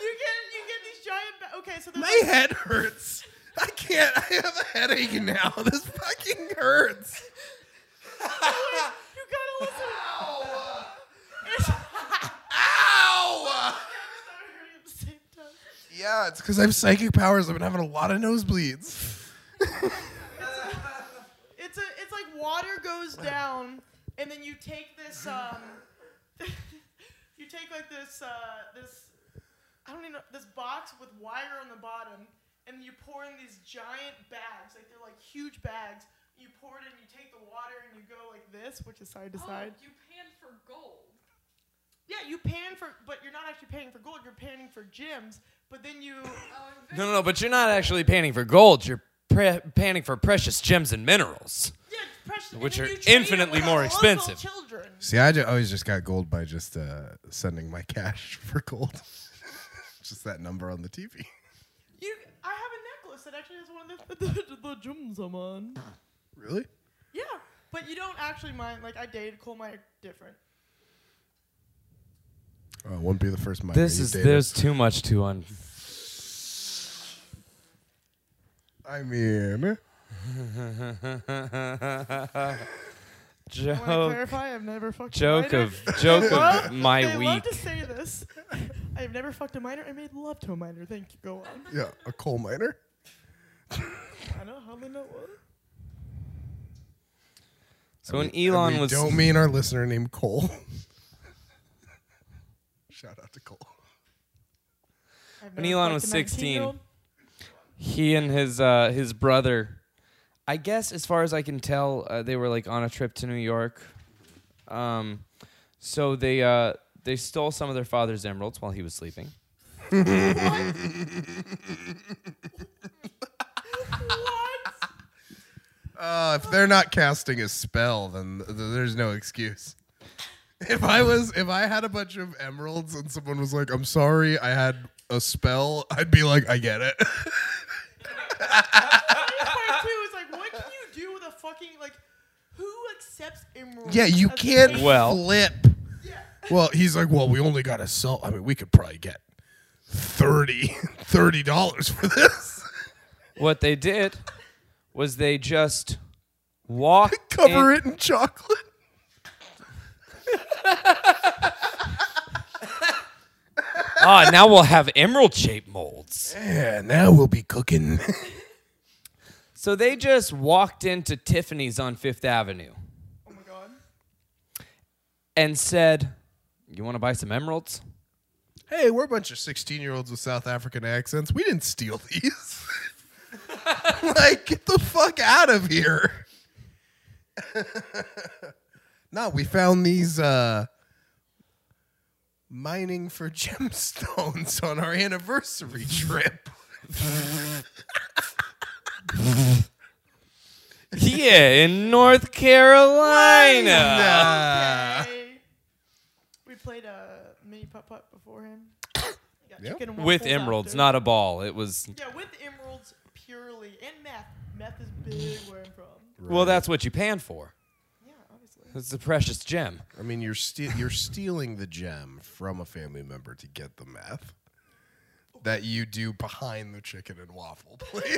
You get you get these giant. Ba- okay, so there's
My
like-
head hurts. I can't. I have a headache now. <laughs> This fucking hurts.
you gotta
<laughs>
listen. <laughs>
Ow!
It's
Ow!
at the same time.
Yeah, it's because I have psychic powers. I've been having a lot of nosebleeds.
It's a it's like water goes
<laughs>
goes down, and then you take this um, <laughs> you take like this uh, this I don't even know this box with wire on the bottom, and you pour in these giant bags, like they're like huge bags. You pour it in, you take the water, and you go like this, which is side to side.
Oh, you pan for gold.
Yeah, you pan for, but you're not actually paying for gold. You're panning for gems. But then you,
Oh, and
No, no, no, but you're not actually panning for gold. You're pre- panning for precious gems and minerals.
yeah, precious, and
Which
then
are
you trade it
infinitely
with
more
our local
expensive.
Children.
See, I ju- always just got gold by just uh, sending my cash <laughs> for gold. just that number on the TV.
You, I have a necklace that actually has one of the <laughs> the, the gems I'm on.
<laughs> Really?
Yeah, but you don't actually mind. Like I dated coal miner different.
Oh, won't be the first miner
This
you've
is
dated.
there's too much to un.
I mean,
I want to
joke,
clarify. I've never fucked
joke
a minor.
of joke
Well,
of my
they love
week.
to say this. <laughs> I have never fucked a minor. I made love to a minor. Thank you. Go on.
yeah, a coal miner.
I know how they know what.
So when Elon
we
was
don't mean our listener named Cole. <laughs> Shout out to Cole.
I've
When
never
Elon
fucked
was
a
16.
19-year-old.
he and his uh, his brother, I guess as far as I can tell, uh, they were like on a trip to New York. Um, so they uh, they stole some of their father's emeralds while he was sleeping.
What?
Uh, if they're not casting a spell, then th- th- there's no excuse. If I was, if I had a bunch of emeralds and someone was like, "I'm sorry, I had a spell," I'd be like, "I get it." <laughs>
part two is like, what can you do with a fucking like? Who accepts emeralds?
yeah, you
as a
can't
payment?
Well-
flip. Well, he's like, "Well, we only got a sell. I mean, we could probably get <laughs> 30 dollars for this." <laughs>
What they did was they just walked
<laughs> Cover it in chocolate.
<laughs> Ah, now we'll have emerald shaped molds.
Yeah, now we'll be cooking. <laughs>
So they just walked into Tiffany's on Fifth Avenue
Oh my god.
and said, "You want to buy some
<laughs>
emeralds?"
hey, we're a bunch of 16 year olds with South African accents. We didn't steal these. <laughs> like, get the fuck out of here. <laughs> no, we found these uh, mining for gemstones <laughs> on our anniversary trip. <laughs>
yeah, in North Carolina.
Uh.
Okay. We played a mini putt putt beforehand. We got
Yeah.
chicken and
With
waffles
emeralds,
after.
not a ball. It was
Yeah, with emeralds purely and meth. Meth is big where I'm from.
well, that's what you pan for.
Yeah, obviously.
It's a precious gem.
I mean, you're ste- you're stealing the gem from a family member to get the meth that you do behind the chicken and waffle place.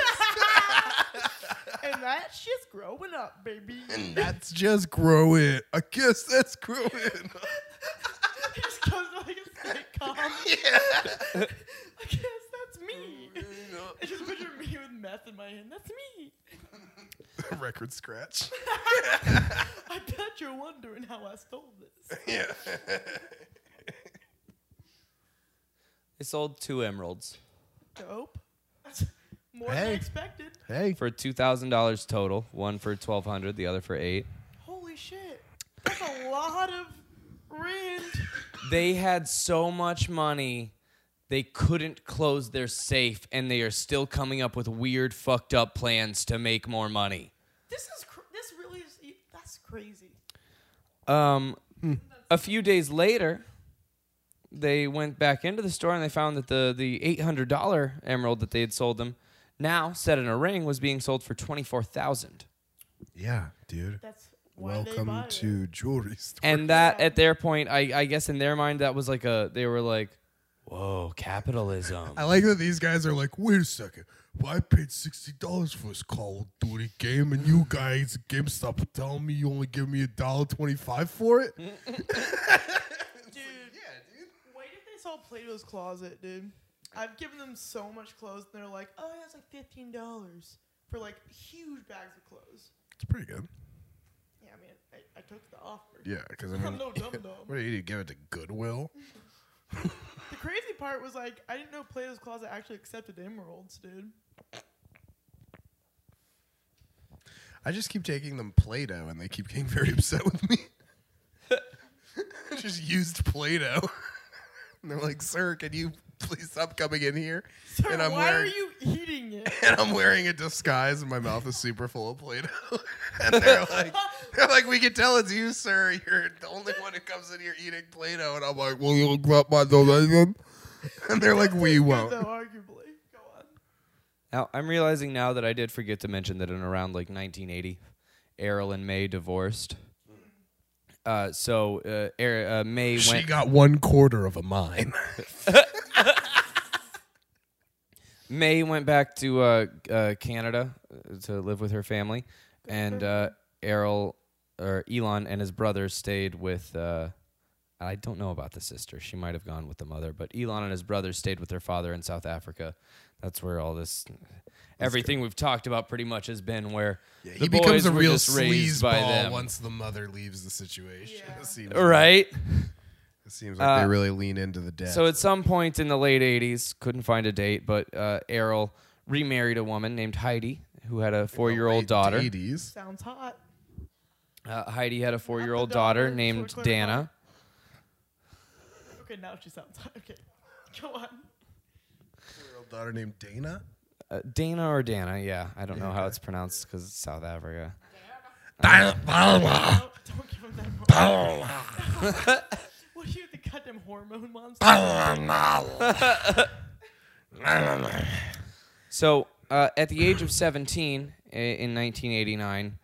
And that shit's growing up, baby.
<laughs> and that's just growing. I guess that's <laughs> growing.
it just comes like a sitcom. <laughs> I guess that's me. I just picture me with meth in my hand. That's me.
<laughs> Record scratch.
I bet you're wondering how I stole this.
Yeah.
They sold two emeralds
Dope. That's more than I
Hey.
expected.
Hey.
for two thousand dollars total. One for twelve hundred, the other for eight.
Holy shit. That's a lot of rent.
They had so much money. They couldn't close their safe, and they are still coming up with weird, fucked up plans to make more money.
This is cr- this really is that's crazy.
Um, a few days later, they went back into the store and they found that the the eight hundred dollar emerald that they had sold them, now set in a ring, was being sold for twenty four thousand.
Yeah, dude.
That's why they
Welcome
buy it.
to jewelry store.
And that, at their point, I, I guess in their mind, that was like a they were like, "Whoa, capitalism."
<laughs> I like that these guys are like, wait a second. Well, I paid sixty dollars for this Call of Duty game, and you guys at GameStop are telling me you only give me a dollar twenty-five for it.
Dude. Yeah, dude. Wait if they saw Plato's closet, dude. I've given them so much clothes and they're like, oh yeah, it's like fifteen dollars for like huge bags of clothes.
It's pretty good.
Yeah, I mean I, I took the offer.
Yeah, because I
I'm
mean, <laughs>
no dum-dum.
what do you do? Give it to Goodwill?
The crazy part was like I didn't know Plato's Closet actually accepted emeralds, dude.
I just keep taking them Play-Doh, and they keep getting very <laughs> upset with me. just used Play-Doh, <laughs> and they're like, "Sir, can you please stop coming in here?"
Sir,
and
<laughs>
I'm
why
wearing
are you eating it?
<laughs> and I'm wearing a disguise, and my mouth is super full of Play-Doh. <laughs> and they're
<laughs>
like, they're like, "We can tell it's you, sir. You're the only one who comes in here eating Play-Doh." And I'm like, "Well, you'll grab my donation." <laughs> And they're like, "We
Good,
won't."
though, arguably. Go on.
Now I'm realizing now that I did forget to mention that in around like 1980, Errol and May divorced. Uh, so uh, er- uh, May
She
went.
got one quarter of a mine.
May went back to uh, uh, Canada uh, to live with her family, and uh, Errol or Elon and his brother stayed with. Uh, I don't know about the sister. She might have gone with the mother, but Elon and his brother stayed with their father in South Africa. That's where all this, everything we've talked about, pretty much has been. Where the
he becomes
boys
a
were
real
just raised by
sleazeball
them,
once the mother leaves the situation.
Yeah.
<laughs> It seems
right?
Like, it seems like they
Uh,
really lean into the dad.
So at some point in the late 80s, couldn't find a date, but uh, Errol remarried a woman named Heidi who had a four year old daughter.
Eighties.
Sounds hot.
Uh, Heidi had a four year old
the daughter,
daughter
so
named
clarify.
Dana.
Okay, now she sounds hot. Okay. Go
<laughs>
on.
Daughter named Dana.
Uh, Dana or Dana, yeah. I don't know how it's pronounced because it's South Africa.
No, don't give him that
<laughs>
hormone. what are you, the goddamn hormone monster?
So uh, at the age of 17 i- in 1989,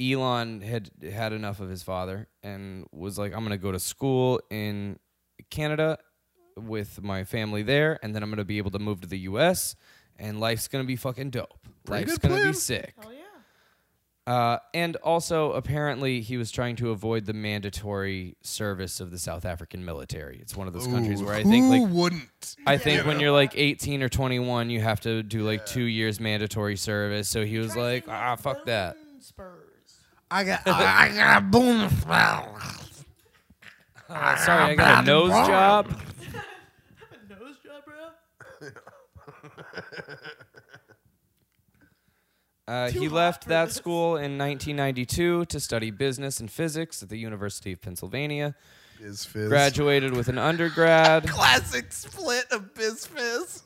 Elon had had enough of his father and was like, I'm going to go to school in Canada with my family there, and then I'm going to be able to move to the U.S., and life's going to be fucking dope.
Pretty
life's
good
going to be
plan.
sick.
Hell yeah.
Uh, and also, apparently, he was trying to avoid the mandatory service of the South African military. It's one of those <laughs> countries where I think,
who
like,
wouldn't?
I think when you're like 18 or 21, you have to do like two years mandatory service. So he was
Try
like,
something
ah, fuck that.
bone Spurs.
I got
<laughs>
I got a boom spell.
Uh, sorry, I got a nose job.
Have a nose job, bro.
Uh,
Too
he
hot
left
for
that
this.
school in 1992 to study business and physics at the University of Pennsylvania.
Is
<laughs>
fizz.
Graduated with an undergrad.
Classic split of biz fizz.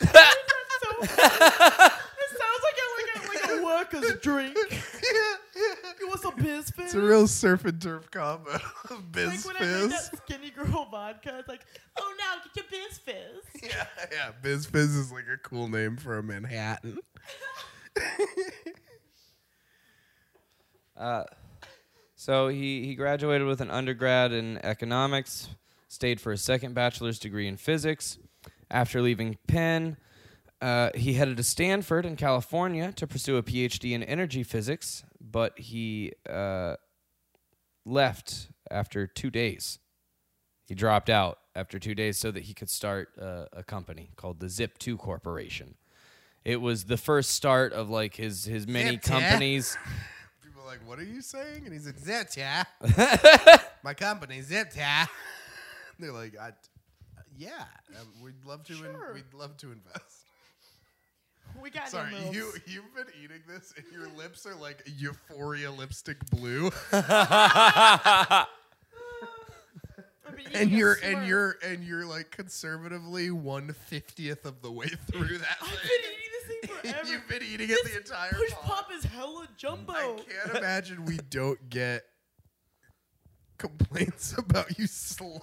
So, this sounds like a, like a, like a worker's drink. You want some biz fizz?
<laughs> It's a real surf and turf combo. <laughs> of
like
Biz
when I drink
fizz.
that skinny girl vodka, it's like, oh, now get your biz fizz.
<laughs> Yeah, yeah. Biz fizz is like a cool name for a Manhattan.
So he, he graduated with an undergrad in economics, stayed for a second bachelor's degree in physics. After leaving Penn, uh, he headed to Stanford in California to pursue a PhD in energy physics, but he uh, left after two days. He dropped out after two days so that he could start uh, a company called the Zip2 Corporation. It was the first start of like his his many
Zip2?
companies.
People are like, what are you saying? And he's like,
Zip
<laughs>
yeah. My company Zip yeah.
<laughs> they're like, I, yeah, um, we'd love to.
Sure.
In, we'd love
<laughs>
to invest.
We got
Sorry,
no milfs.
you you've been eating this, and your lips are like euphoria lipstick
<laughs>
blue, <laughs>
I've been
and
eating a
you're
Smurf.
and you're and you're like conservatively one fiftieth of the way through that.
I've
thing.
been eating this thing forever.
<laughs> You've been eating it the entire
Push
pod.
pop is hella jumbo.
I can't imagine we don't get complaints about you sliding.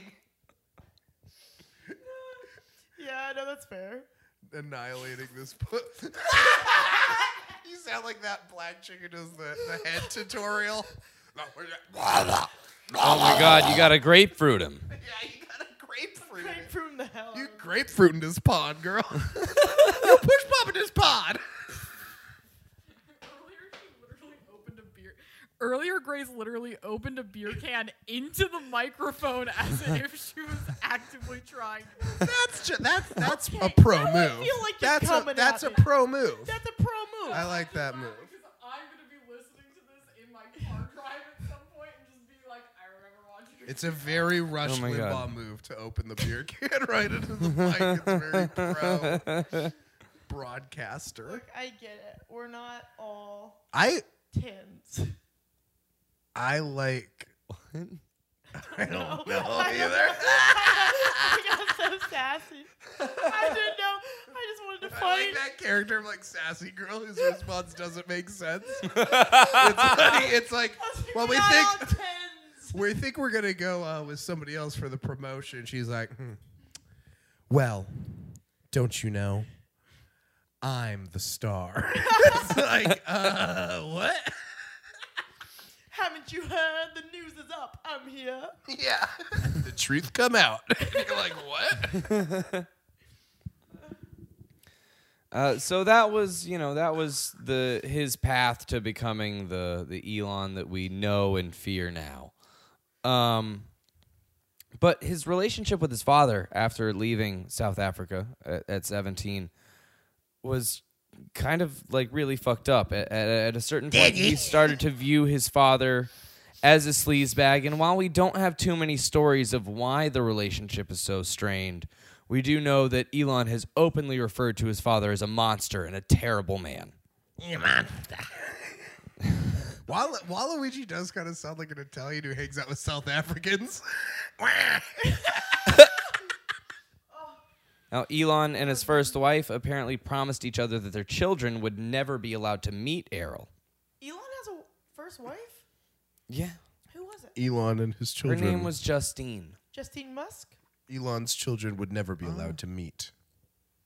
<laughs>
Yeah, no, that's fair.
annihilating this put. <laughs> you sound like that black chick who does the, the head tutorial. No, we're not-
Oh my God, you got to grapefruit him.
yeah, you got a grapefruit.
Came from the hell.
You grapefruit in this pod, <laughs> girl. you push pop in this pod.
Earlier, she literally opened a beer. Earlier, Grace literally opened a beer can into the microphone as if
<laughs>
she was actively trying.
That's ju- that's that's
Okay,
a pro
now I
move.
feel like you're
that's a
coming
that's
at
a
me.
pro move.
That's a pro move.
I like that move.
Because I'm gonna be listening
my hard drive at some point and just be like, I remember watching
It's a very Rush
Oh my
Limbaugh
God.
move to open the beer <laughs> can right into the mic. It's very pro broadcaster.
<laughs>
Look, I get it. We're not all
I
tins. <laughs>
I like. <laughs> I don't know either.
I got so sassy. I didn't know. I just wanted to
I
fight.
like that character of like sassy girl <laughs> whose response doesn't make <laughs> sense. it's funny. It's like well we
Not all
think
tins.
we think we're gonna go uh, with somebody else for the promotion. She's like, hmm. well, don't you know? I'm the star. <laughs> it's like, uh, what? <laughs>
Haven't you heard? The news is up. I'm here.
Yeah. the truth come out. <laughs> You're like, what?
Uh, so that was, you know, that was the his path to becoming the the Elon that we know and fear now. Um, but his relationship with his father after leaving South Africa at, at seventeen was kind of like really fucked up. At, at, at a certain point, he started to view his father as a sleazebag. And while we don't have too many stories of why the relationship is so strained, we do know that Elon has openly referred to his father as a monster and a terrible man.
Wal- Waluigi does kind of sound like an Italian who hangs out with
<laughs>
South Africans.
Now, Elon and his first wife apparently promised each other that their children would never be allowed to meet Errol.
Elon has a first wife.
Yeah.
Who was it?
Elon and his
Her
children.
name was Justine.
Justine Musk.
Elon's children would never be allowed to meet.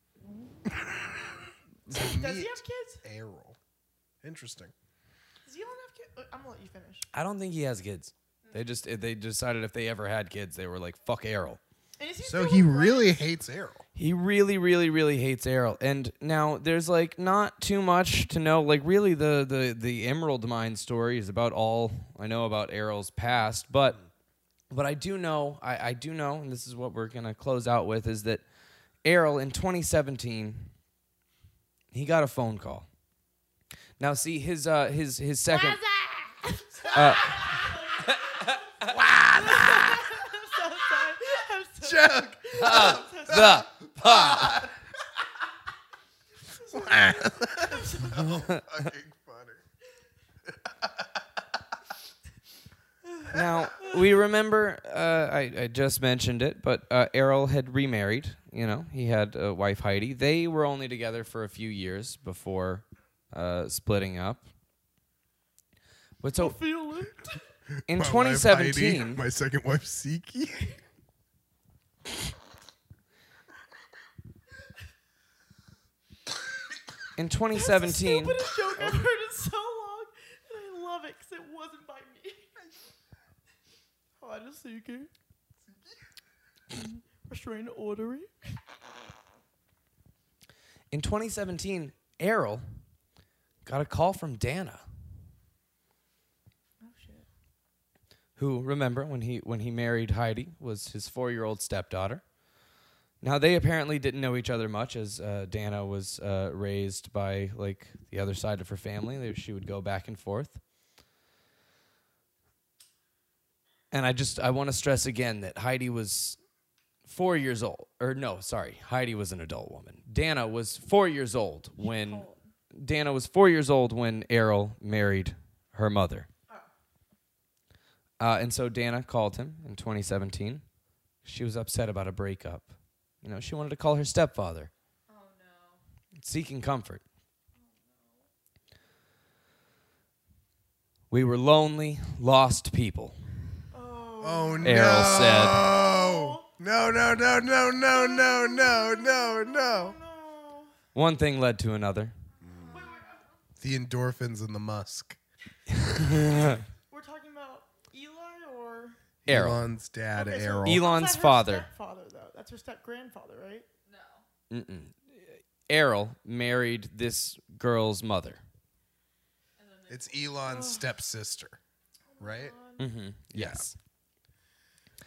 <laughs> Does he have kids?
Errol. Interesting.
Does Elon have kids? Uh, I'm gonna let you finish.
I don't think he has kids. They just they decided if they ever had kids, they were like, fuck Errol.
And is he
So
still
he
with Brad?
really hates Errol.
He really, really, really hates Errol. And now there's like not too much to know. Like really, the the the Emerald Mine story is about all I know about Errol's past. But but I do know, I, I do know, and this is what we're gonna close out with is that Errol in 2017 he got a phone call. Now see his uh his his second.
<laughs> I'm so sorry. I'm so
Joke. Uh,
The
Fucking funny.
now we remember uh, I, I just mentioned it but uh, errol had remarried you know he had a wife heidi they were only together for a few years before uh, splitting up but so
feel it.
in
My wife, Heidi,
2017
my second wife, Siki.
in
It's
2017
the stupidest joke I've heard in so long, and I love it because it wasn't by me. Hi, just <coughs> seeking. Restrained ordery.
in 2017 errol got a call from dana
Oh shit.
who remember when he when he married Heidi was his four year old stepdaughter. Now they apparently didn't know each other much, as uh, Dana was uh, raised by like the other side of her family. They, she would go back and forth. And I just I want to stress again that Heidi was four years old, or no, sorry, Heidi was an adult woman. Dana was four years old when Dana was four years old when Errol married her mother. Uh, and so Dana called him in 2017. She was upset about a breakup. You know, she wanted to call her stepfather,
Oh no.
seeking comfort. We were lonely, lost people.
Oh no.
Errol said.
No, no, no, no, no, no, no, no, no.
No.
One thing led to another.
The endorphins and the musk.
We're talking about Eli or
Errol.
Elon's dad,
Okay, so-
Errol.
Elon- Elon's
That's not her
father.
Stepfather though. That's her step grandfather, right?
No.
Errol married this girl's mother. Mm-hmm.
It's Elon's stepsister, right?
Yes.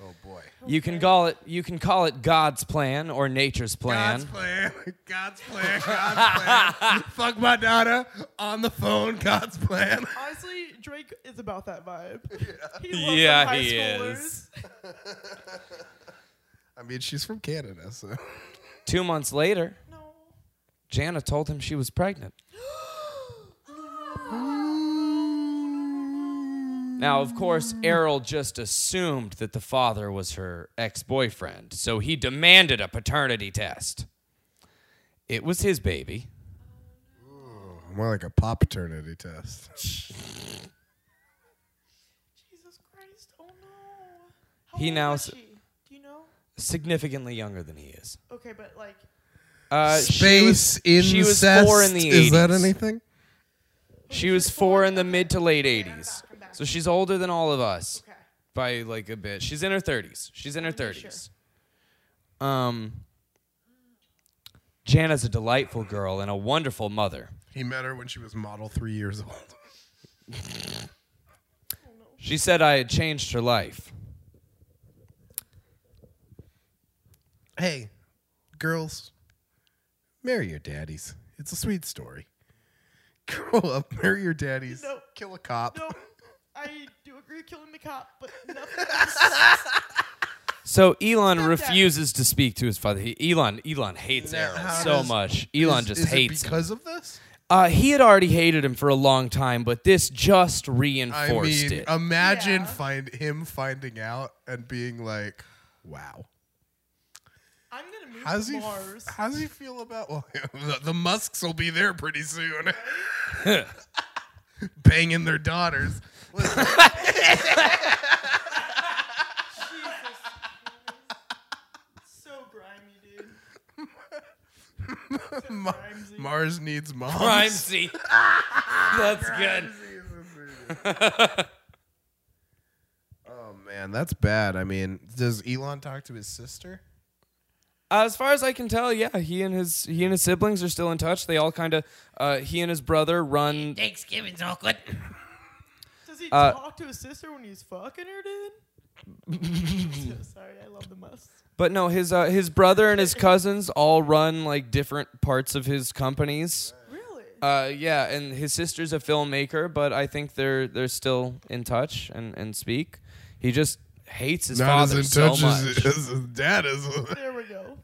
Oh boy.
You can call it you can call it God's plan or nature's plan.
God's plan. God's
<laughs>
plan. God's plan. Fuck my daughter on the phone. God's plan.
Honestly, Drake is about that vibe. He
Yeah,
them high
he
schoolers.
is.
I mean, she's from Canada, so.
Two months later,
No.
Jana told him she was pregnant. Now, of course, Errol just assumed that the father was her ex boyfriend, so he demanded a paternity test. It was his baby.
More like a pop paternity test.
Jesus Christ! Oh no. How
He
old
now
was
s-
she? Do you know?
significantly younger than he is.
Okay, but like,
Uh, she was,
Space incest.
she was four in the 80s.
Is that anything?
She was four in the mid to late 80s.
back, I'm back.
So she's older than all of us
okay.
by like a bit. She's in her 30s. She's in her
Pretty
30s. Um, Jana's a delightful girl and a wonderful mother.
He met her when she was model three years old.
She said I had changed her life.
Hey, girls, marry your daddies. It's a sweet story. <laughs> Grow up, marry your daddies,
No.
kill a cop.
No, I do agree with killing the cop, but nothing. else.
So Elon
Stepdad.
refuses to speak to his father. He, Elon Elon hates
Now,
Errol
how
so
does-
much. Elon
Is-
just
is it
hates him.
because of this.
Uh, he had already hated him for a long time, but this just
I
reinforced
mean,
it.
imagine
Yeah.
find him finding out and being like, "Wow,
I'm gonna move
how's
to
he?
Mars.
F- how's he feel about? Well, <laughs> the, the Musks will be there pretty soon, <laughs> banging their daughters.
Jesus. so grimy, dude.
<laughs>
So grimesy.
Mars needs moms.
Crime
<laughs>
scene. <laughs> That's good.
<laughs> Oh man, that's bad. I mean, does Elon talk to his sister?
As far as I can tell, yeah, he and his he and his siblings are still in touch. They all kind of uh, he and his brother run.
Thanksgiving's awkward.
Does he
Uh,
talk to his sister when he's fucking her,
<laughs>
dude? so sorry, I love the must.
But no, his uh, his brother and his cousins all run like different parts of his companies.
Really?
Uh, yeah, and his sister's a filmmaker, but I think they're they're still in touch and, and speak. He just hates his
Not as
father
in
so
touch
much.
as, as his dad is. <laughs>
there we go.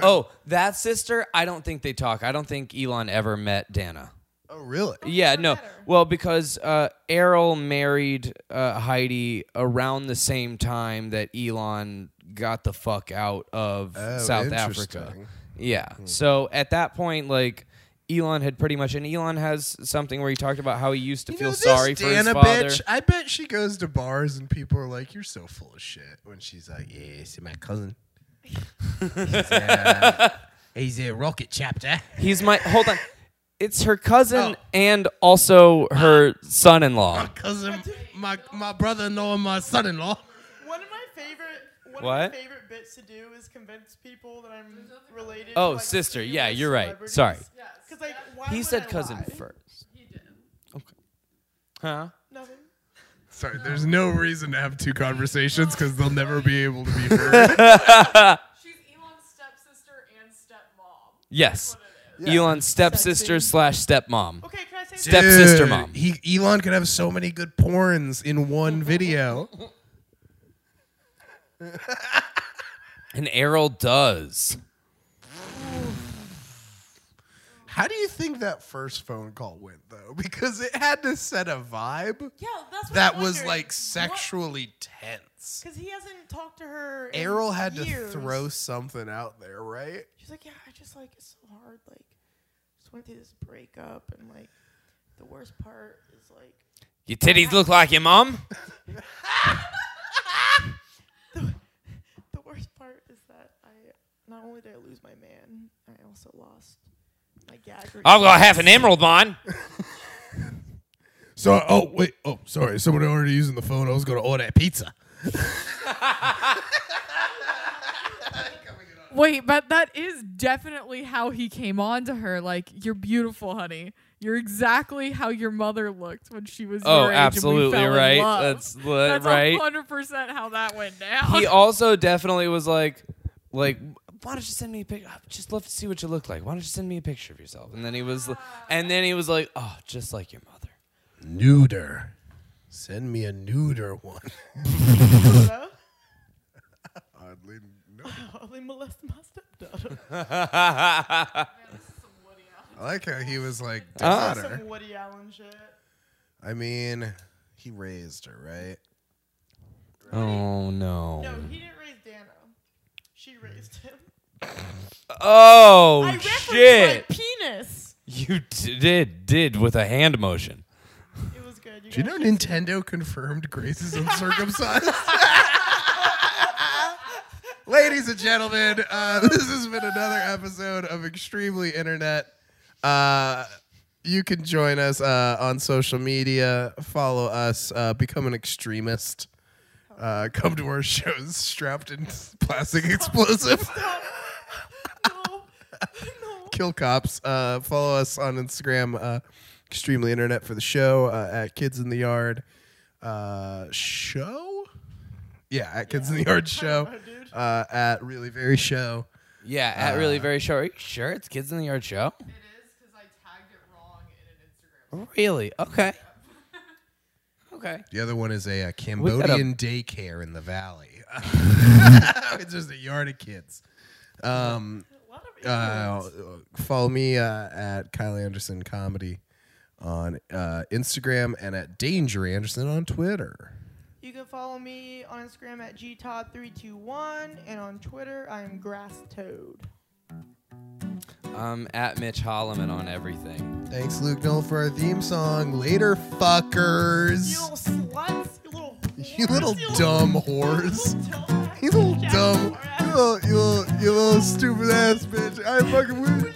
Oh, that sister, I don't think they talk. I don't think Elon ever met Dana.
oh really?
yeah,
doesn't
no.
matter.
Well, because uh, Errol married uh, Heidi around the same time that Elon got the fuck out of
Oh,
South Africa.
interesting. Hmm.
Yeah. So at that point, like, Elon had pretty much, and Elon has something where he talked about how he used to
You
feel
know, this
sorry for his
Dana
father.
bitch, I bet she goes to bars and people are like, "You're so full of shit." When she's like, "Yeah, see my cousin. he's, <laughs> a, he's a rocket chapter." <laughs>
He's my, hold on. It's her cousin
Oh.
and also her son in law.
Cousin, my my brother-in-law and my son-in-law.
One of my favorite one
What?
of my favorite bits to do is convince people that I'm
nothing
related.
Oh,
to, like,
sister.
famous
Yeah, you're right.
celebrities.
Sorry.
Yes.
'Cause, like,
that's-
why
He
would
said
I
cousin
lie?
first.
he did.
Huh?
Nothing.
Sorry, there's no reason to have two conversations because they'll never be able to <laughs> be heard.
She's Elon's stepsister and stepmom.
Yes. Elon's stepsister slash stepmom.
Okay, can I say
Step- Stepsister
Dude,
mom.
He Elon could have so many good porns in one video.
And Errol does.
How do you think that first phone call went though? <laughs> Because it had to set a vibe
Yeah, that's what
that was like sexually tense.
Because he hasn't talked to her. in
Errol had
years.
to throw something out there, right?
She's like, yeah, I just like it's so hard. Like, just went through this breakup, and like, the worst part is like,
Your titties look like your mom?
the worst part is that I not only did I lose my man, I also lost my gag.
I've got half an emerald mine.
So, oh wait, oh sorry, someone already using the phone. I was going to order pizza.
Wait, but that is definitely how he came on to her. Like, you're beautiful, honey. You're exactly how your mother looked when she was
Oh,
your age and we
absolutely
fell in
right.
love.
That's, li-
That's
right.
100% how that went down.
he also definitely was like, like, why don't you send me a picture? I'd just love to see what you look like. Why don't you send me a picture of yourself? And then he was, and then he was like, oh, just like your
<laughs>
mother.
Neuter. Send me a neuter one.
Hello?
<laughs> Oddly, no.
Only molest my
<laughs>
stepdaughter.
Some Woody Allen.
I like how he was like
Ah.
daughter.
Some Woody Allen shit.
I mean, he raised her, right?
Oh no.
No, he didn't raise Dano. She raised him.
Oh
I referenced
shit!
my penis.
You d- did did with a hand motion.
It was good. You
Do you
guys
know
should-
Nintendo confirmed Grace is <laughs> uncircumcised? Ladies and gentlemen, uh, this has been another episode of Extremely Internet. Uh, you can join us uh, on social media, follow us, uh, become an extremist. Uh, come to our shows strapped in plastic <laughs> explosive.
<laughs> No. no.
kill cops. Uh, follow us on Instagram, uh, extremely internet for the show uh, at Kids in the Yard uh, show. Yeah, at Kids in the Yard show.
<laughs> dude.
Uh, at really very show.
Yeah, at really very short. Are you sure it's Kids in the Yard show?
It is because I tagged it wrong in an Instagram.
Really?
<laughs>
Okay. Okay.
The other one is a, uh
got a-
Cambodian daycare in
<laughs>
the valley. <laughs> it's just a yard of kids. Um,
A lot of
uh,
ignorance.
follow me uh, at Kyle Anderson Comedy on uh, Instagram and at Danger Anderson on Twitter.
you can follow me on Instagram at gtod321 and on Twitter I am grass toad.
I'm Um, at Mitch Holloman on everything.
Thanks, Luke Knoll, for our theme song. Later, fuckers.
You little sluts, you little
You little dumb whores.
dumb
You little dumb. You little, you little, you little stupid ass bitch. I fucking with you.